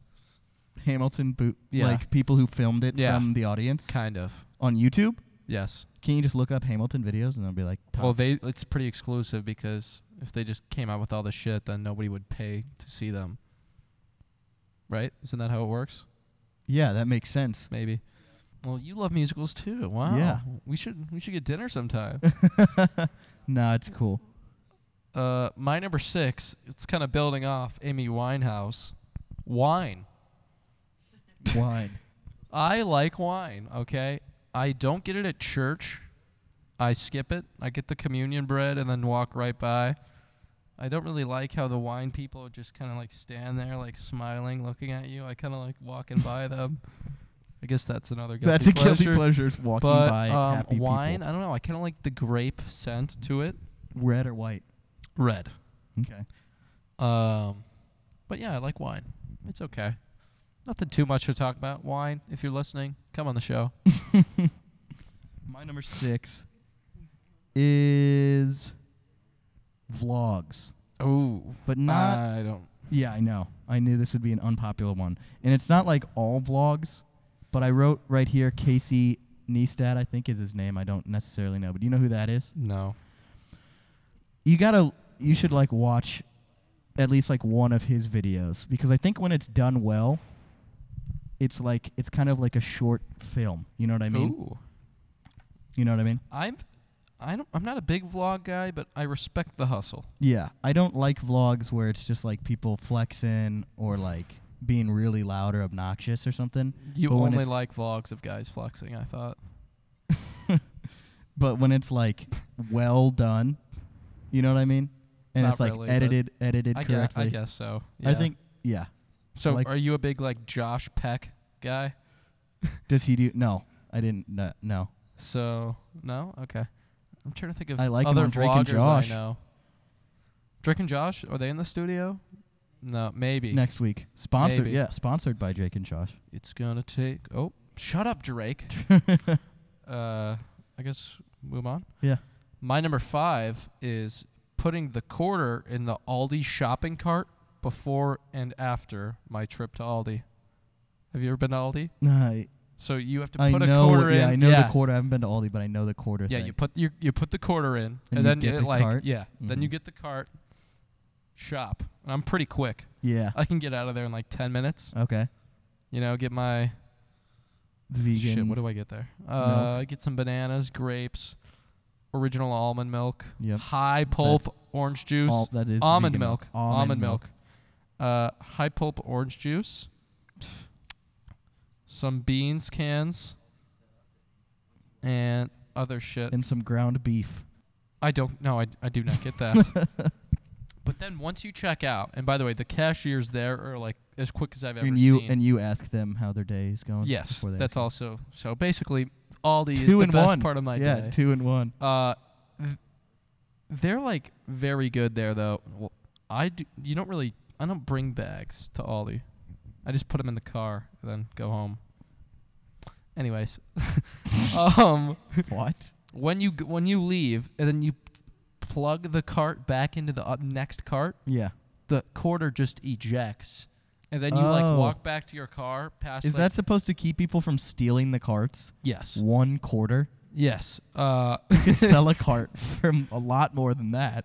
S2: Hamilton boot
S1: Yeah.
S2: like people who filmed it
S1: Yeah.
S2: from the audience
S1: Kind of.
S2: on YouTube.
S1: Yes.
S2: Can you just look up Hamilton videos and they'll be like, top.
S1: Well, they it's pretty exclusive because if they just came out with all the shit, then nobody would pay to see them. Right? Isn't that how it works?
S2: yeah, that makes sense.
S1: Maybe. Well, you love musicals too. Wow.
S2: Yeah.
S1: We should we should get dinner sometime.
S2: nah, it's cool.
S1: uh, my number six. It's kind of building off Amy Winehouse. Wine.
S2: Wine.
S1: I like wine. Okay. I don't get it at church. I skip it. I get the communion bread and then walk right by. I don't really like how the wine people just kind of like stand there, like smiling, looking at you. I kind of like walking by them. I guess that's another guilty
S2: That's a
S1: pleasure.
S2: guilty pleasure. is Walking
S1: but
S2: by
S1: um,
S2: happy
S1: wine,
S2: people.
S1: I don't know. I kind of like the grape scent to it.
S2: Red or white.
S1: Red.
S2: Okay.
S1: Um, but yeah, I like wine. It's okay. Nothing too much to talk about. Wine, if you're listening, come on the show.
S2: My number six is vlogs,
S1: Oh,
S2: but not.
S1: I don't.
S2: yeah, I know. I knew this would be an unpopular one, and it's not like all vlogs, but I wrote right here Casey Neistat. I think is his name. I don't necessarily know, but do you know who that is?
S1: No.
S2: you gotta you should like watch at least like one of his videos because I think when it's done well, it's like it's kind of like a short film. You know what I mean?
S1: Ooh.
S2: You know what I mean?
S1: I'm. I don't. I'm not a big vlog guy, but I respect the hustle.
S2: Yeah. I don't like vlogs where it's just like people flexing or like being really loud or obnoxious or something.
S1: You
S2: But when
S1: only
S2: it's-
S1: like vlogs of guys flexing. I thought.
S2: But when it's like well done, you know what I mean? And
S1: Not
S2: it's like
S1: really, but
S2: edited edited
S1: I guess.
S2: correctly.
S1: I guess so.
S2: I
S1: yeah.
S2: think yeah.
S1: So
S2: like-
S1: are you a big like Josh Peck guy?
S2: Does he do no. I didn't no, no.
S1: So no, okay. I'm trying to think of
S2: I like him
S1: other
S2: on Drake and
S1: vloggers
S2: Josh.
S1: I know. Drake and Josh are they in the studio? No, maybe.
S2: Next week. Sponsored
S1: Maybe.
S2: yeah, sponsored by Drake and Josh.
S1: It's gonna take. Oh, shut up, Drake. uh, I guess move on.
S2: Yeah.
S1: My number five is putting the quarter in the Aldi shopping cart before and after my trip to Aldi. Have you ever been to Aldi?
S2: I,
S1: So you have to
S2: I
S1: put a
S2: know.
S1: quarter in.
S2: yeah, I know
S1: yeah.
S2: the quarter. I haven't been to Aldi, but I know the quarter.
S1: Yeah,
S2: thing.
S1: you put you you put the quarter in, and,
S2: you
S1: then
S2: get
S1: it
S2: the
S1: like
S2: cart?
S1: yeah, then you
S2: Mhm.
S1: get the cart, shop, and I'm pretty quick.
S2: yeah.
S1: I can get out of there in like ten minutes.
S2: Okay.
S1: You know, get my
S2: Vegan.
S1: shit. What do I get there? Uh, get some bananas, grapes, original almond milk,
S2: Yep.
S1: high pulp orange juice,
S2: All, that is
S1: almond
S2: vegan
S1: milk,
S2: Almond, milk.
S1: Uh, high pulp orange juice, some beans cans, and other shit.
S2: and some ground beef.
S1: I don't. No, I, I do not get that. but then once you check out, and by the way, the cashiers there are like as quick as I've ever
S2: And you
S1: seen.
S2: and you ask them how their day is going.
S1: yes,
S2: before they
S1: that's
S2: ask
S1: also so. Basically, Aldi
S2: you.
S1: is
S2: Two
S1: the
S2: and
S1: best
S2: one.
S1: part of my
S2: yeah,
S1: day.
S2: two and one.
S1: Uh, th- they're like very good there though. Well, I do, you don't really. I don't bring bags to Aldi. I just put them in the car and then go home. Anyways, um
S2: what?
S1: when you g- when you leave and then you plug the cart back into the uh, next cart,
S2: Yeah.
S1: the quarter just ejects, and then you like
S2: Oh.
S1: walk back to your car. Past
S2: Is
S1: like-
S2: that supposed to keep people from stealing the carts?
S1: yes?
S2: One quarter.
S1: Yes, uh,
S2: You could sell a cart for m- a lot more than that.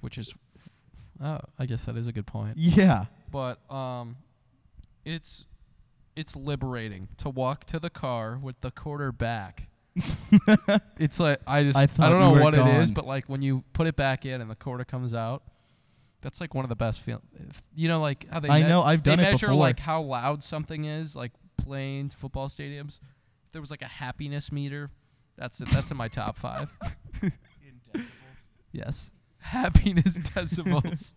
S1: which is, oh, I guess that is a good point.
S2: Yeah.
S1: But um, it's it's liberating to walk to the car with the quarter back. it's like I just
S2: I
S1: I,
S2: thought
S1: don't
S2: you
S1: know
S2: were
S1: what it is,
S2: gone.
S1: but like when you put it back in and the quarter comes out, that's like one of the best feel. if- You know, like how they
S2: I
S1: me-
S2: know, I've
S1: they
S2: done it
S1: measure
S2: before.
S1: like how loud something is, like planes, football stadiums. If there was like a happiness meter, that's it, that's in my top five. in decibels. Yes, happiness decibels.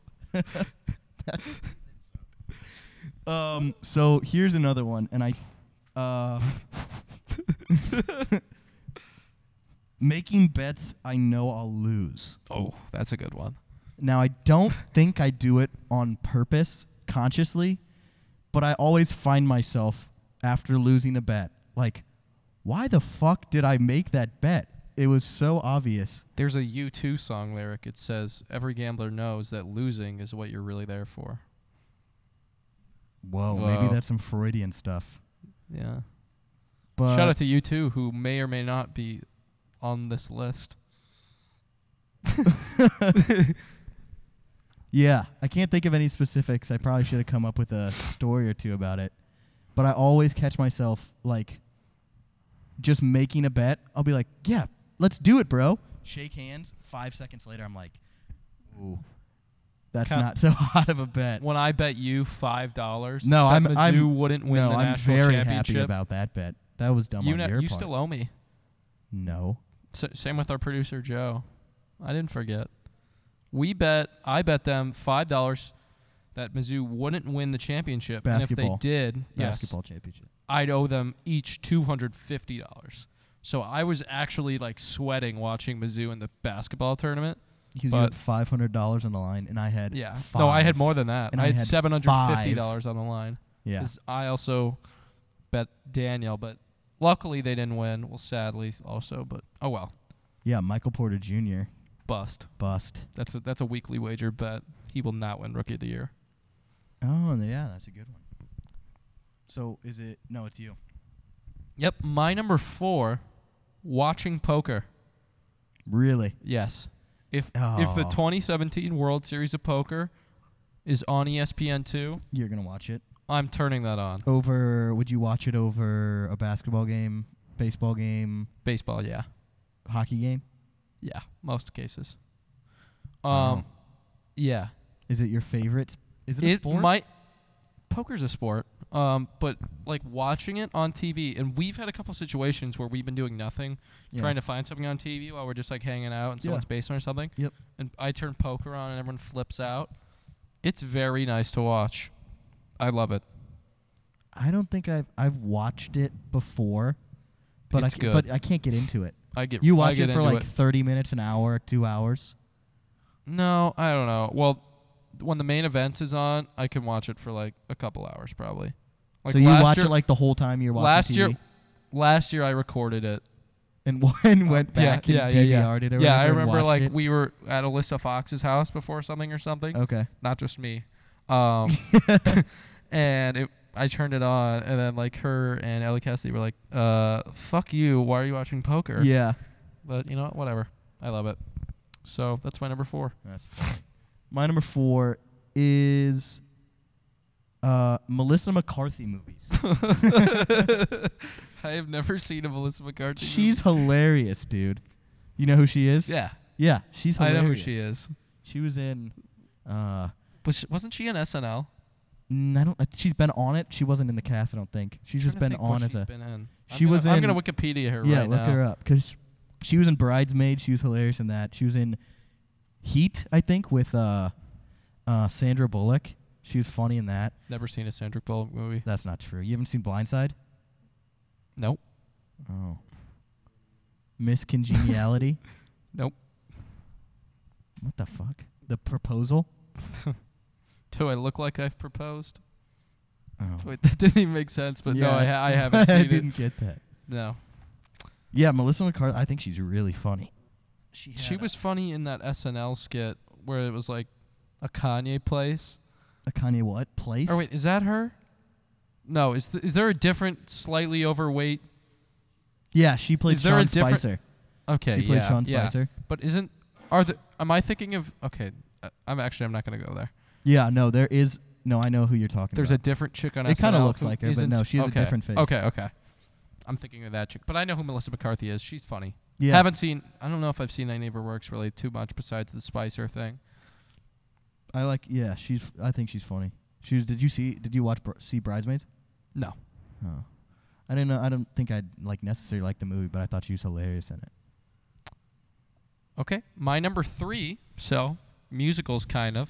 S2: Um. So here's another one, and I, uh, making bets I know I'll lose.
S1: Oh, that's a good one.
S2: Now I don't think I do it on purpose, consciously, but I always find myself after losing a bet, like, why the fuck did I make that bet? It was so obvious.
S1: There's a U2 song lyric. It says, Every gambler knows that losing is what you're really there for.
S2: Whoa, maybe
S1: Whoa.
S2: that's some Freudian stuff.
S1: Yeah.
S2: But
S1: Shout out to U2, who may or may not be on this list.
S2: Yeah, I can't think of any specifics. I probably should have come up with a story or two about it. But I always catch myself like just making a bet, I'll be like, yeah, let's do it, bro. Shake hands. Five seconds later, I'm like, ooh, that's
S1: Kinda-
S2: not so hot of a bet.
S1: When I bet you five dollars,
S2: No,
S1: that
S2: I'm,
S1: Mizzou
S2: I'm
S1: wouldn't win
S2: no,
S1: the
S2: I'm
S1: national
S2: very
S1: championship.
S2: happy about that bet. That was dumb
S1: you
S2: on
S1: ne-
S2: your
S1: you
S2: part.
S1: still owe me.
S2: no.
S1: S same with our producer Joe. I didn't forget. We bet I bet them five dollars that Mizzou wouldn't win the championship. And
S2: Basketball.
S1: if they did, yes,
S2: Basketball championship.
S1: I'd owe them each two hundred fifty dollars. So I was actually like sweating watching Mizzou in the basketball tournament.
S2: Because you
S1: But-
S2: had five hundred dollars on the line, and I had
S1: Yeah.
S2: Five.
S1: No, I had more than that.
S2: And
S1: I
S2: I
S1: had
S2: had
S1: seven hundred fifty
S2: five.
S1: dollars on the line.
S2: Yeah,
S1: 'Cause I also bet Daniel, but luckily they didn't win. Well, sadly also, but oh well.
S2: yeah. Michael Porter Jr.
S1: Bust.
S2: bust.
S1: That's a that's a weekly wager bet. He will not win rookie of the year.
S2: Oh, yeah, that's a good one. So is it? No, it's you.
S1: Yep. My number four, watching poker.
S2: Really?
S1: Yes. If if the
S2: Oh.
S1: 2017 World Series of Poker is on E ESPN two,
S2: You're gonna watch it
S1: I'm turning that on.
S2: Oh. over? Would you watch it over a basketball game, baseball game,
S1: Baseball, yeah.
S2: hockey game?
S1: Yeah. Most cases. Um
S2: Wow.
S1: yeah.
S2: Is it your favorite? Is it, a
S1: it
S2: sport?
S1: might poker's a sport um but like watching it on tv and we've had a couple situations where we've been doing nothing
S2: Yeah.
S1: trying to find something on tv while we're just like hanging out in someone's basement or something
S2: Yep.
S1: and i turn poker on and everyone flips out it's very nice to watch i love it
S2: I don't think I've I've watched it before, but
S1: It's
S2: I
S1: good.
S2: ca- but I can't get into it.
S1: i get
S2: You
S1: I
S2: watch
S1: get
S2: it for
S1: into
S2: like 30 minutes, an hour, two hours.
S1: no i don't know well when the main event is on i can watch it for like a couple hours probably
S2: so you
S1: last
S2: watch
S1: year,
S2: it like the whole time you're watching
S1: last
S2: TV.
S1: year last year i recorded it
S2: and one went
S1: Yeah,
S2: back and DVR'd it. Or
S1: yeah, I
S2: whatever and
S1: remember
S2: watched
S1: like
S2: it. Oh.
S1: we were at Alyssa Fox's house before something or something.
S2: Okay.
S1: Not just me. Um, and it, I turned it on, and then like her and Ellie Cassidy were like, "Uh, fuck you! Why are you watching poker?"
S2: Yeah.
S1: But you know what? Whatever. I love it. So that's my number four.
S2: That's funny. My number four is uh, Melissa McCarthy movies.
S1: I have never seen a Melissa McCarthy.
S2: she's hilarious, dude. You know who she is?
S1: yeah.
S2: Yeah, she's
S1: I
S2: hilarious.
S1: know who she is.
S2: She was in. Uh,
S1: Was she, wasn't she in SNL?
S2: n- I don't. uh, She's been on it. She wasn't in the cast. I don't think. She's just
S1: Trying to
S2: been
S1: think what
S2: on as
S1: she's
S2: a.
S1: been in.
S2: She
S1: I'm gonna,
S2: was
S1: I'm
S2: in-
S1: gonna Wikipedia her
S2: yeah,
S1: right
S2: look
S1: now.
S2: her up because she was in Bridesmaid. She was hilarious in that. She was in Heat, I think, with uh, uh, Sandra Bullock. She was funny in that.
S1: Never seen a Sandra Bullock movie.
S2: That's not true. You haven't seen Blindside?
S1: Nope.
S2: Oh. Miss Congeniality?
S1: Nope.
S2: what the fuck? The Proposal?
S1: Do I look like I've proposed?
S2: Oh.
S1: Wait, that didn't even make sense. But no, I, ha- I haven't
S2: I
S1: seen it.
S2: didn't get that.
S1: No,
S2: Yeah, Melissa McCarthy, I think she's really funny.
S1: she was funny in that SNL skit where it was like a Kanye place.
S2: A Kanye what? Place?
S1: Or wait, is that her? No, is th- is there a different, slightly overweight?
S2: Yeah, she played
S1: Is there a
S2: Sean
S1: different-
S2: Spicer.
S1: Okay,
S2: She played
S1: yeah,
S2: Sean
S1: yeah.
S2: Spicer.
S1: But isn't are the? Am I thinking of? Okay, uh, I'm actually I'm not gonna go there.
S2: Yeah, no, there is. No, I know who you're talking
S1: There's a
S2: about.
S1: different chick on
S2: It
S1: SNL.
S2: kinda looks
S1: who
S2: like her, but
S1: isn't-
S2: no, she has a
S1: okay,
S2: different face.
S1: Okay, okay. I'm thinking of that chick, but I know who Melissa McCarthy is. She's funny.
S2: yeah.
S1: Haven't seen. I don't know if I've seen any of her works really too much besides the Spicer thing.
S2: I like. Yeah, she's. I think she's funny. She was. Did you see? Did you watch Br- see Bridesmaids?
S1: No.
S2: Oh, I didn't know. I don't think I'd like necessarily like the movie, but I thought she was hilarious in it.
S1: Okay. My number three. So musicals, kind of.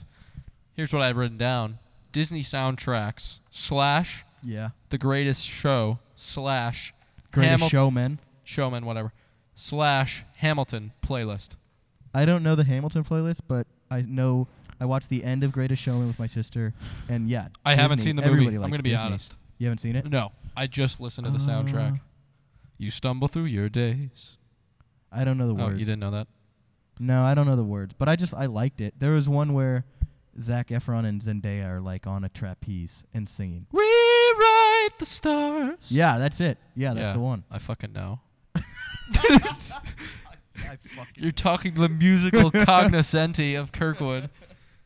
S1: Here's what I've written down: Disney soundtracks slash
S2: Yeah.
S1: The Greatest Show slash
S2: Greatest
S1: Hamil-
S2: Showman.
S1: Showman, whatever slash Hamilton playlist.
S2: I don't know the Hamilton playlist, but I know I watched the end of Greatest Showman with my sister, and yeah.
S1: I haven't
S2: Disney.
S1: seen the
S2: Everybody
S1: movie. I'm
S2: likes
S1: gonna be
S2: Disney.
S1: honest.
S2: You haven't seen it?
S1: No, I just listened to the soundtrack.
S2: Uh,
S1: You stumble through your days.
S2: I don't know the
S1: oh,
S2: words.
S1: you didn't know that.
S2: No, I don't know the words, but I just I liked it. There was one where Zach Efron and Zendaya are like on a trapeze and singing.
S1: Rewrite the stars.
S2: Yeah, that's it. Yeah, that's
S1: Yeah.
S2: the one.
S1: I fucking know.
S2: I fucking,
S1: You're talking the musical cognoscenti of Kirkwood.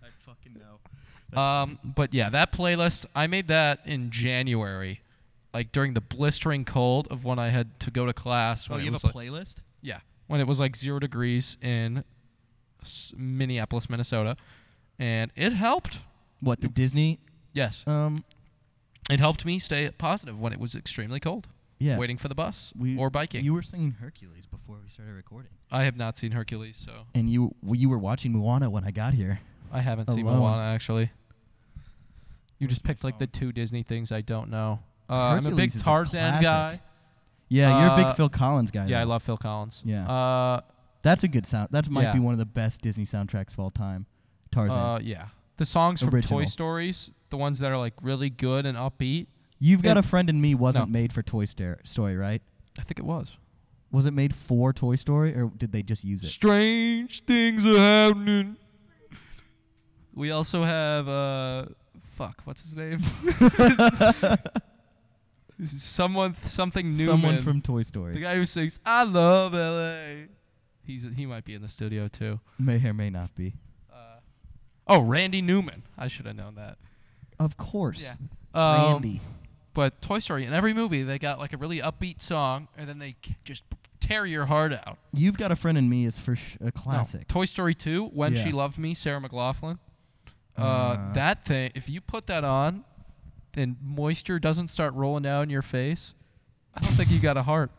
S2: I fucking know.
S1: Um, but yeah, that playlist I made that in January. like during the blistering cold of when I had to go to class.
S2: Oh,
S1: When it
S2: you
S1: was
S2: have a
S1: like-
S2: playlist?
S1: yeah, when it was like zero degrees in S- Minneapolis, Minnesota, and it helped.
S2: What the Disney?
S1: Yes,
S2: Um,
S1: it helped me stay positive when it was extremely cold.
S2: yeah.
S1: waiting for the bus
S2: We-
S1: or biking.
S2: You were singing Hercules before we started recording,
S1: I have not seen Hercules, so
S2: and you you were watching Moana when I got here.
S1: I haven't seen
S2: Alone.
S1: Moana actually. You
S2: Where's
S1: just
S2: my
S1: picked like the
S2: phone?
S1: two Disney things I don't know. Uh, I'm a big
S2: Hercules is a
S1: Tarzan
S2: classic.
S1: guy.
S2: Yeah, you're a
S1: Uh,
S2: big Phil Collins guy.
S1: Yeah, I
S2: though.
S1: love Phil Collins.
S2: Yeah.
S1: Uh,
S2: That's a good sound. That might
S1: Yeah.
S2: be one of the best Disney soundtracks of all time. Tarzan.
S1: uh, yeah. The songs from Toy
S2: Original.
S1: Stories, the ones that are like really good and upbeat.
S2: You've got
S1: it-
S2: a friend in me wasn't
S1: no.
S2: made for Toy Star- Story, right?
S1: I think it was.
S2: Was it made for Toy Story, or did they just use it?
S1: Strange things are happening. We also have uh, fuck, what's his name? Someone, something new.
S2: Someone from Toy Story
S1: The guy who sings "I Love L.A." He's he might be in the studio too.
S2: may or may not be.
S1: Oh, Randy Newman. I should have known that.
S2: Of course,
S1: Yeah.
S2: Randy.
S1: Um, But Toy Story in every movie they got like a really upbeat song and then they k- just tear your heart out.
S2: You've got a friend in me is for sh- a
S1: No,
S2: classic.
S1: Toy Story 2, When She
S2: Yeah.
S1: Loved Me, Sarah McLaughlin. Uh,
S2: Uh.
S1: that thing, if you put that on and moisture doesn't start rolling down your face, I don't think you got a heart.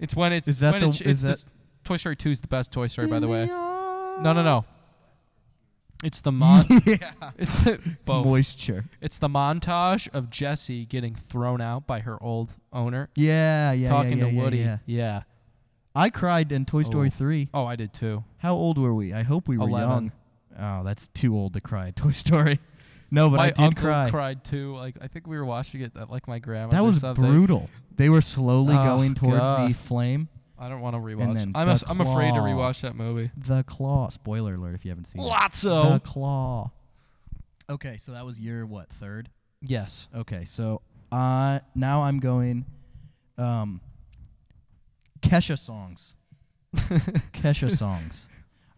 S1: It's when it's
S2: Is that
S1: when
S2: the-
S1: it's,
S2: is
S1: it's
S2: that-
S1: this- Toy Story 2 is the best Toy Story by the way. No, no, no. It's the mon.
S2: yeah.
S1: it's the, both.
S2: Moisture.
S1: It's the montage of Jessie getting thrown out by her old owner,
S2: Yeah, yeah.
S1: talking
S2: yeah, yeah,
S1: to
S2: yeah,
S1: Woody.
S2: Yeah.
S1: Yeah.
S2: I cried in Toy Story
S1: Oh.
S2: three.
S1: Oh, I did too.
S2: How old were we? I hope we were
S1: Eleven.
S2: young. Oh, that's too old to cry. at Toy Story. No, but
S1: my
S2: I did
S1: uncle
S2: cry.
S1: cried too. Like I think we were watching it at like my grandma's.
S2: That
S1: or
S2: was
S1: something.
S2: brutal. They were slowly
S1: Oh,
S2: going towards
S1: God.
S2: the flame.
S1: I don't want to rewatch.
S2: then
S1: I'm
S2: The
S1: af- I'm afraid to
S2: Claw.
S1: rewatch that movie.
S2: The claw. Spoiler alert if you haven't seen it. The
S1: Lotso.
S2: claw. Okay, so that was your what third?
S1: Yes.
S2: Okay, so uh, now I'm going. Um, Kesha songs. Kesha songs.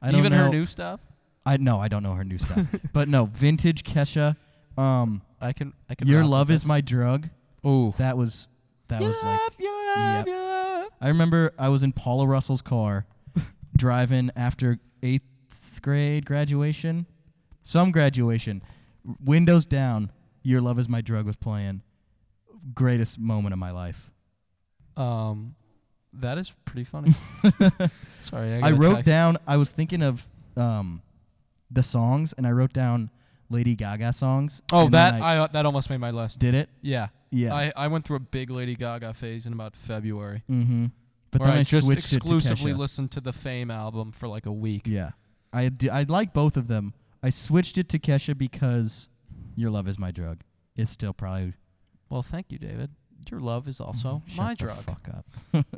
S2: I don't
S1: Even
S2: know,
S1: her new stuff.
S2: I no, I don't know her new stuff. but no, vintage Kesha. Um,
S1: I can. I can.
S2: your
S1: rock with
S2: love is
S1: this.
S2: my drug.
S1: Ooh.
S2: That was that
S1: You
S2: was like
S1: love, you love,
S2: yep.
S1: you love.
S2: I remember I was in Paula Russell's car driving after eighth grade graduation, some graduation, r- windows down. Your Love Is My Drug was playing. Greatest moment of my life.
S1: Um, that is pretty funny. Sorry, I,
S2: I
S1: got a
S2: wrote
S1: text.
S2: down, I was thinking of um, the songs, and I wrote down Lady Gaga songs.
S1: Oh,
S2: and then
S1: that I, that almost made my list.
S2: did it.
S1: Yeah,
S2: Yeah.
S1: I, I went through a big Lady Gaga phase in about February,
S2: mm-hmm. But
S1: where
S2: then I,
S1: I just
S2: switched
S1: exclusively
S2: it to Kesha.
S1: listened to the Fame album for like a week.
S2: Yeah. I d- I like both of them. I switched it to Kesha because Your Love Is My Drug. It's still probably
S1: Well, thank you, David. Your love is also
S2: Mm-hmm. Shut
S1: my
S2: the
S1: drug.
S2: Fuck up.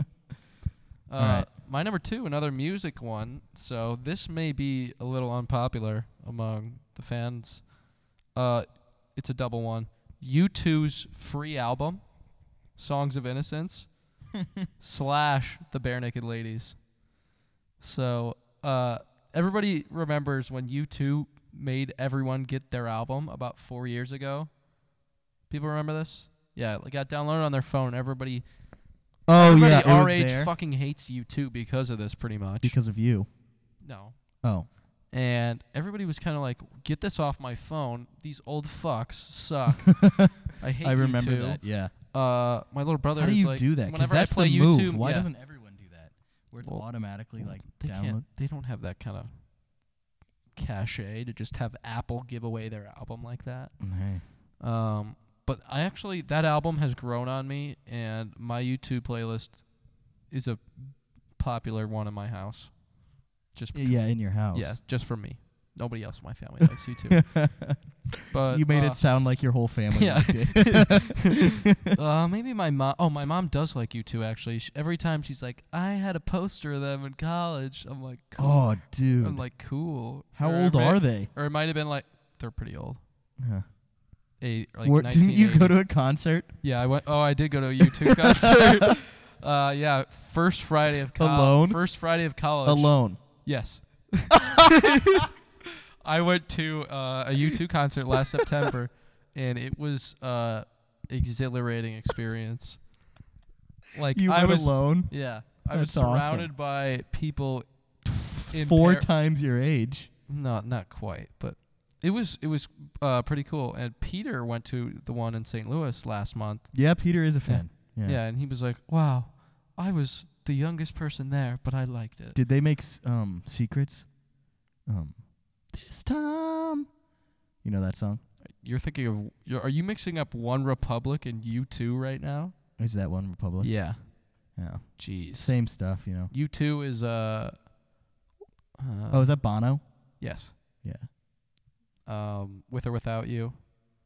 S1: Uh,
S2: Alright.
S1: My number two, another music one. So this may be a little unpopular among the fans. Uh, it's a double one. U2's free album, Songs of Innocence, slash the Bare Naked Ladies. So uh, everybody remembers when U2 made everyone get their album about four years ago. People remember this? Yeah, it got downloaded on their phone. Everybody
S2: Oh
S1: Everybody
S2: yeah,
S1: our age fucking hates you too because of this, pretty much.
S2: because of you.
S1: no.
S2: Oh,
S1: And everybody was kind of like, "Get this off my phone. These old fucks suck. I hate
S2: I remember
S1: U2."
S2: that. Yeah.
S1: Uh, my little brother
S2: How do
S1: is
S2: you
S1: like,
S2: do that? Because
S1: Whenever I
S2: that's
S1: play
S2: the
S1: U2,
S2: move. Why
S1: yeah,
S2: doesn't everyone do that? Where it's
S1: Well,
S2: automatically like
S1: they
S2: download.
S1: can't? They don't have that kind of cachet to just have Apple give away their album like that.
S2: Hey.
S1: Um, but I actually that album has grown on me, and my YouTube playlist is a popular one in my house. Just
S2: Y- Yeah, in your house.
S1: Yeah, just for me. Nobody else in my family likes you too. But
S2: you made
S1: uh,
S2: it sound like your whole family
S1: yeah.
S2: liked it.
S1: Uh, maybe my mom. Oh, my mom does like you two actually. Sh every time she's like, I had a poster of them in college. I'm like, cool.
S2: oh, dude.
S1: I'm like, cool.
S2: How
S1: Or it
S2: old
S1: may-
S2: are they?
S1: Or it might have been like they're pretty old.
S2: Huh.
S1: Eight, like
S2: Where- didn't you go
S1: 1980.
S2: to a concert?
S1: Yeah, I went. Oh, I did go to a YouTube concert. Uh, yeah, first Friday of college.
S2: Alone?
S1: First Friday of college.
S2: Alone.
S1: Yes. I went to uh, a U2 concert last September, and it was uh, exhilarating experience. Like
S2: you
S1: I
S2: went
S1: was
S2: alone.
S1: yeah, I was
S2: That's awesome.
S1: surrounded by people in
S2: Four
S1: Par-
S2: times your age.
S1: No, not quite, but it was it was uh, pretty cool. And Peter went to the one in St. Louis last month.
S2: Yeah, Peter is a fan.
S1: Yeah. and he was like, "Wow, I was the youngest person there, but I liked it."
S2: Did they make s- um secrets? Um, this time. You know that song?
S1: You're thinking of you're, are you mixing up One Republic and U2 right now?
S2: Is that one Republic?
S1: Yeah.
S2: Yeah.
S1: Jeez.
S2: Same stuff, you know.
S1: U2 is uh, uh
S2: oh, is that Bono?
S1: yes.
S2: Yeah.
S1: Um with or without you.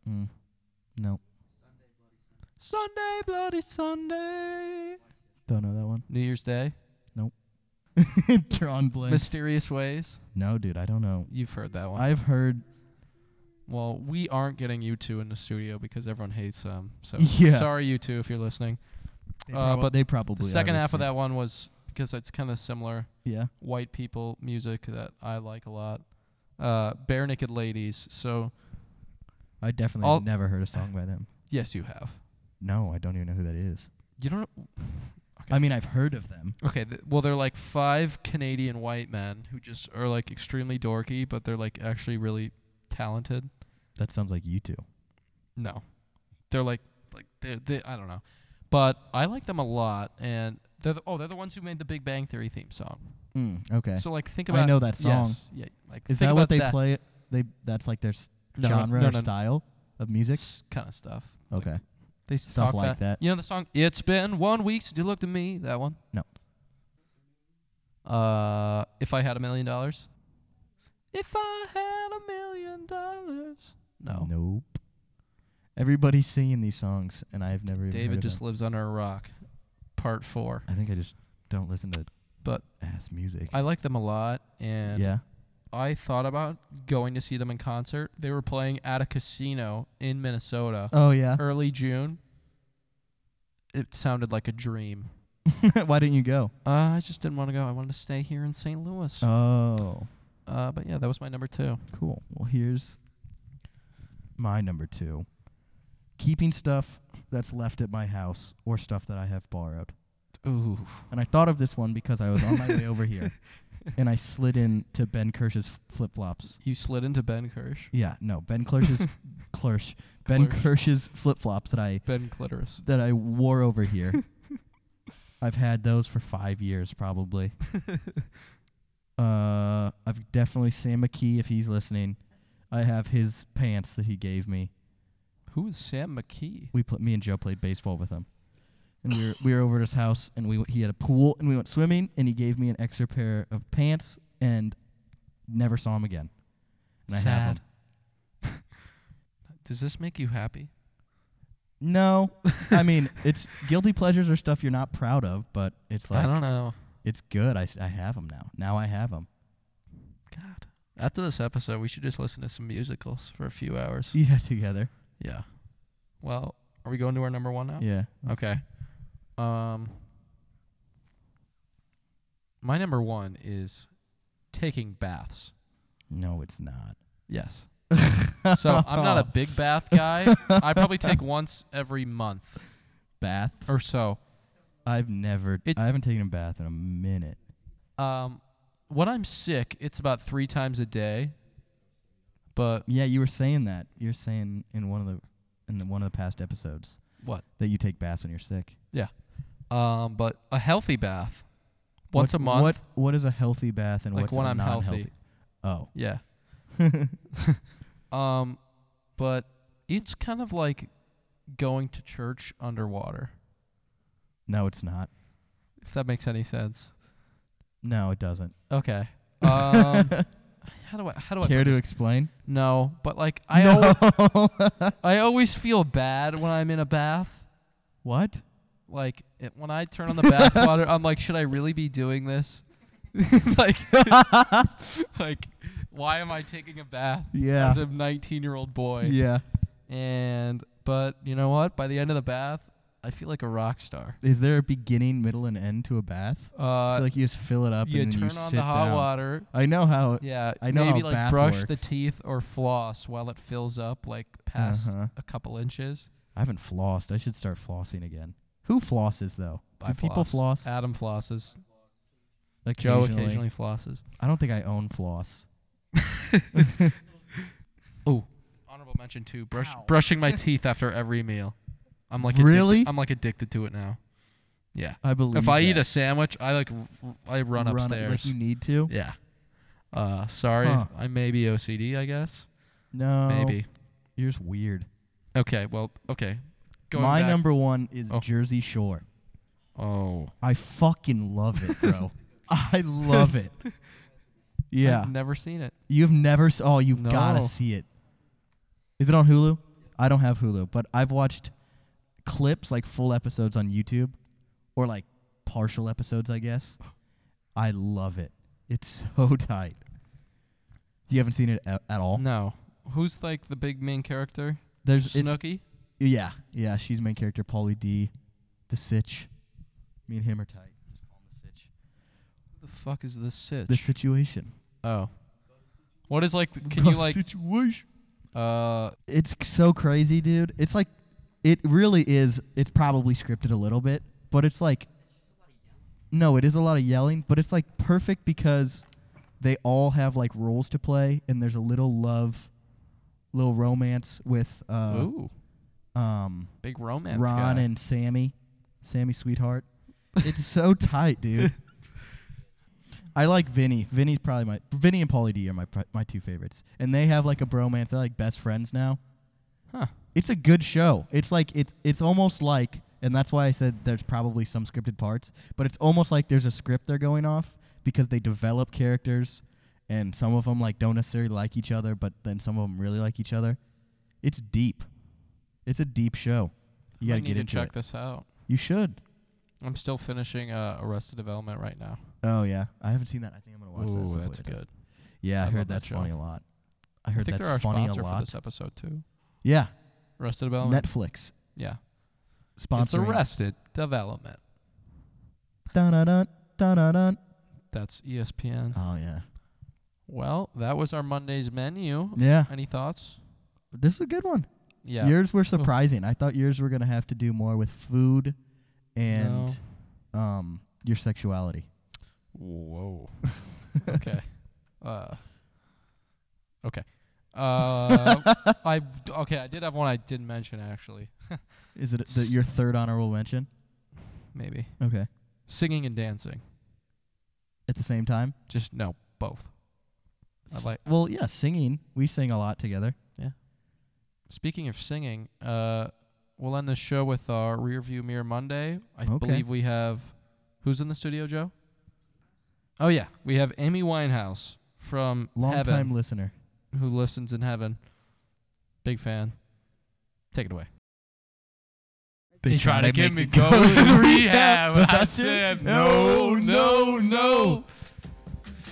S2: Mm. No,
S1: Sunday bloody Sunday.
S2: don't know that one.
S1: New Year's Day.
S2: Tron Blake.
S1: Mysterious Ways.
S2: no, dude, I don't know.
S1: You've heard that one.
S2: I've heard.
S1: Well, we aren't getting you two in the studio because everyone hates them. So
S2: Yeah.
S1: sorry, you two, if you're listening.
S2: They
S1: Uh,
S2: proba-
S1: but
S2: they probably
S1: The second
S2: are
S1: half of
S2: listening.
S1: that one was because it's kind of similar
S2: Yeah.
S1: white people music that I like a lot. Uh, Bare Naked Ladies. So
S2: I definitely
S1: All-
S2: never heard a song by them.
S1: yes, you have.
S2: No, I don't even know who that is.
S1: You don't.
S2: I mean, I've heard of them.
S1: Okay. Th- well, they're like five Canadian white men who just are like extremely dorky, but they're like actually really talented.
S2: That sounds like you two.
S1: No, they're like like they they I don't know, but I like them a lot, and they're the, oh they're the ones who made the Big Bang Theory theme song.
S2: Mm, okay.
S1: So like think
S2: I
S1: about
S2: know that song.
S1: Yes, yeah, like
S2: is
S1: think
S2: that what
S1: about
S2: they
S1: that
S2: play? They that's like their s-
S1: No,
S2: genre
S1: no,
S2: or
S1: no, no.
S2: style of music.
S1: kind of stuff. Like,
S2: Okay.
S1: they s-
S2: Stuff
S1: talk
S2: like that.
S1: You know the song "It's Been One Week Since You Looked at Me." That one.
S2: No.
S1: Uh, if I had a million dollars. If I had a million dollars. No.
S2: Nope. Everybody's singing these songs, and I've never even heard
S1: David
S2: of
S1: just
S2: them.
S1: lives under a rock. Part four.
S2: I think I just don't listen to
S1: But
S2: ass music.
S1: I like them a lot, and
S2: yeah.
S1: I thought about going to see them in concert. They were playing at a casino in Minnesota
S2: Oh yeah.
S1: early June. It sounded like a dream.
S2: Why didn't you go?
S1: Uh, I just didn't want to go. I wanted to stay here in St. Louis.
S2: Oh,
S1: Uh, but yeah, that was my number two.
S2: cool. Well, here's my number two: keeping stuff that's left at my house or stuff that I have borrowed.
S1: Ooh.
S2: And I thought of this one because I was on my way over here, and I slid into Ben Kirsch's flip flops.
S1: You slid into Ben Kirsch.
S2: Yeah, no, Ben Kirsch's Kirsch. Ben
S1: Klirsch.
S2: Kirsch's flip flops that I
S1: Ben Clitoris.
S2: that I wore over here. I've had those for five years probably. uh, I've definitely Sam McKee if he's listening. I have his pants that he gave me.
S1: Who is Sam McKee?
S2: We pl- me and Joe played baseball with him, and we were we were over at his house, and we w- he had a pool, and we went swimming, and he gave me an extra pair of pants, and never saw him again. And I have
S1: Sad.
S2: them.
S1: Does this make you happy?
S2: No, I mean, it's guilty pleasures are stuff you're not proud of, but it's
S1: I
S2: like
S1: don't know.
S2: it's good. I, s- I have them now. Now I have them.
S1: God. After this episode, we should just listen to some musicals for a few hours.
S2: Yeah, together.
S1: Yeah. Well, are we going to our number one now?
S2: Yeah.
S1: Okay. Um. My number one is taking baths.
S2: No, it's not.
S1: Yes. so I'm not a big bath guy. I probably take once every month
S2: bath.
S1: or so.
S2: I've never.
S1: It's-
S2: I haven't taken a bath in a minute.
S1: Um, when I'm sick, it's about three times a day. But
S2: Yeah, you were saying that. You're saying in one of the in the, one of the past episodes
S1: what?
S2: that you take baths when you're sick.
S1: Um, but a healthy bath, once
S2: What's-
S1: a month.
S2: What What is a healthy bath and
S1: Like
S2: what's
S1: when
S2: a
S1: I'm healthy.
S2: non-healthy? Oh,
S1: Yeah. um, but it's kind of like going to church underwater.
S2: no, it's not.
S1: If that makes any sense.
S2: No, it doesn't.
S1: Okay. Um, how do I? How do I?
S2: Care
S1: put
S2: to
S1: this?
S2: explain?
S1: no, but like I, always, I always feel bad when I'm in a bath.
S2: what?
S1: like it, when I turn on the bath water, I'm like, should I really be doing this? like, like, why am I taking a bath
S2: Yeah.
S1: as a 19 year old boy?
S2: Yeah.
S1: And but you know what? By the end of the bath, I feel like a rock star.
S2: Is there a beginning, middle, and end to a bath? I
S1: Uh,
S2: feel like you just fill it up
S1: you
S2: and then
S1: turn
S2: you
S1: on
S2: sit
S1: the hot
S2: down.
S1: water.
S2: I know how.
S1: Yeah,
S2: I know
S1: maybe
S2: how
S1: like
S2: bath
S1: brush the
S2: works.
S1: teeth or floss while it fills up like past
S2: Uh-huh.
S1: a couple inches.
S2: I haven't flossed. I should start flossing again. Who flosses though?
S1: I
S2: Do people floss?
S1: Adam flosses.
S2: Like
S1: Joe occasionally flosses.
S2: I don't think I own floss.
S1: Honorable mention too. Brush,
S5: Ow.
S1: brushing my teeth after every meal. I'm like
S2: Really?
S1: Addicted, I'm like addicted to it now. Yeah.
S2: I believe.
S1: if I eat
S2: that.
S1: a sandwich, I like r- r- I run,
S2: up-
S1: upstairs.
S2: like you need to.
S1: yeah. Uh, sorry,
S2: Huh.
S1: I may be OCD. I guess
S2: No,
S1: maybe.
S2: you're just weird.
S1: Okay. Well. Okay. Going
S2: My
S1: back-
S2: number one is
S1: Oh.
S2: Jersey Shore.
S1: Oh.
S2: I fucking love it, bro. I love it. Yeah,
S1: I've never seen it.
S2: you've never. S- oh, you've gotta
S1: No.
S2: see it. Is it on Hulu? I don't have Hulu, but I've watched clips like full episodes on YouTube, or like partial episodes, I guess. I love it. It's so tight. You haven't seen it at, at all.
S1: No. Who's like the big main character?
S2: There's Oh. it's,
S1: Snooky.
S2: Yeah, yeah, she's the main character, Paulie D, the Sitch. Me and him are tight. Just call him the Sitch.
S1: Who the fuck is this sitch?
S2: The situation.
S1: oh. What is like? Can you
S2: The
S1: like?
S2: situation?
S1: Uh.
S2: It's c- so crazy, dude. It's like, it really is. It's probably scripted a little bit, but it's like, no, it is a lot of yelling, but it's like perfect because they all have like roles to play, and there's a little love, little romance with uh,
S1: ooh.
S2: um,
S1: Big romance
S2: Ron
S1: guy.
S2: and Sammy, Sammy sweetheart. It's so tight, dude. I like Vinny. Vinny's probably my Vinny and Pauly D are my pri- my two favorites, and they have like a bromance. They're like best friends now.
S1: Huh.
S2: It's a good show. It's like it's it's almost like, and that's why I said there's probably some scripted parts, but it's almost like there's a script they're going off because they develop characters, and some of them like don't necessarily like each other, but then some of them really like each other. It's deep. It's a deep show. You gotta
S1: I need
S2: get
S1: to
S2: into
S1: check
S2: it.
S1: this out.
S2: You should.
S1: I'm still finishing uh, Arrested Development right now.
S2: Oh yeah, I haven't seen that. I think I'm gonna watch that. at
S1: Ooh,
S2: some
S1: that's
S2: point.
S1: good.
S2: Yeah, I,
S1: I love
S2: heard
S1: that
S2: that's
S1: show.
S2: funny a lot. I
S1: I
S2: heard
S1: think
S2: that's
S1: they're our
S2: funny a
S1: sponsor for
S2: lot.
S1: this episode too.
S2: Yeah,
S1: Arrested Development.
S2: Netflix
S1: yeah. It's
S2: sponsoring.
S1: Arrested Development.
S2: Dun, dun, dun, dun, dun, dun.
S1: That's E ESPN.
S2: Oh yeah,
S1: Well, that was our Monday's menu.
S2: yeah.
S1: Any thoughts?
S2: This is a good one.
S1: Yeah.
S2: Yours were surprising. I thought yours were gonna have to do more with food and um your sexuality.
S1: Whoa. okay. Uh. Okay. Uh. I okay. I did have one I didn't mention actually.
S2: Is it the,
S1: S-
S2: your third honorable mention?
S1: Maybe
S2: Okay.
S1: singing and dancing.
S2: At the same time.
S1: Just no, both. I like.
S2: Well, yeah, singing. We sing a lot together.
S1: Speaking of singing, uh, we'll end the show with our rearview mirror Monday. I
S2: Okay.
S1: believe we have who's in the studio, Joe. Oh yeah, we have Amy Winehouse from
S2: Long
S1: Heaven,
S2: time listener.
S1: who listens in Heaven. Big fan. Take it away.
S2: They try to
S1: get
S2: make me go to rehab, but I said, "No, no, no."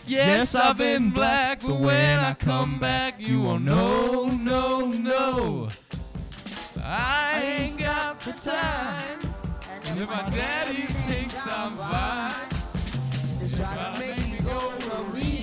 S2: Yes, I've been black, but when I come back, you won't know,
S1: no, no. I ain't got the time. And if my daddy thinks I'm fine,
S6: Try to make me go to rehab.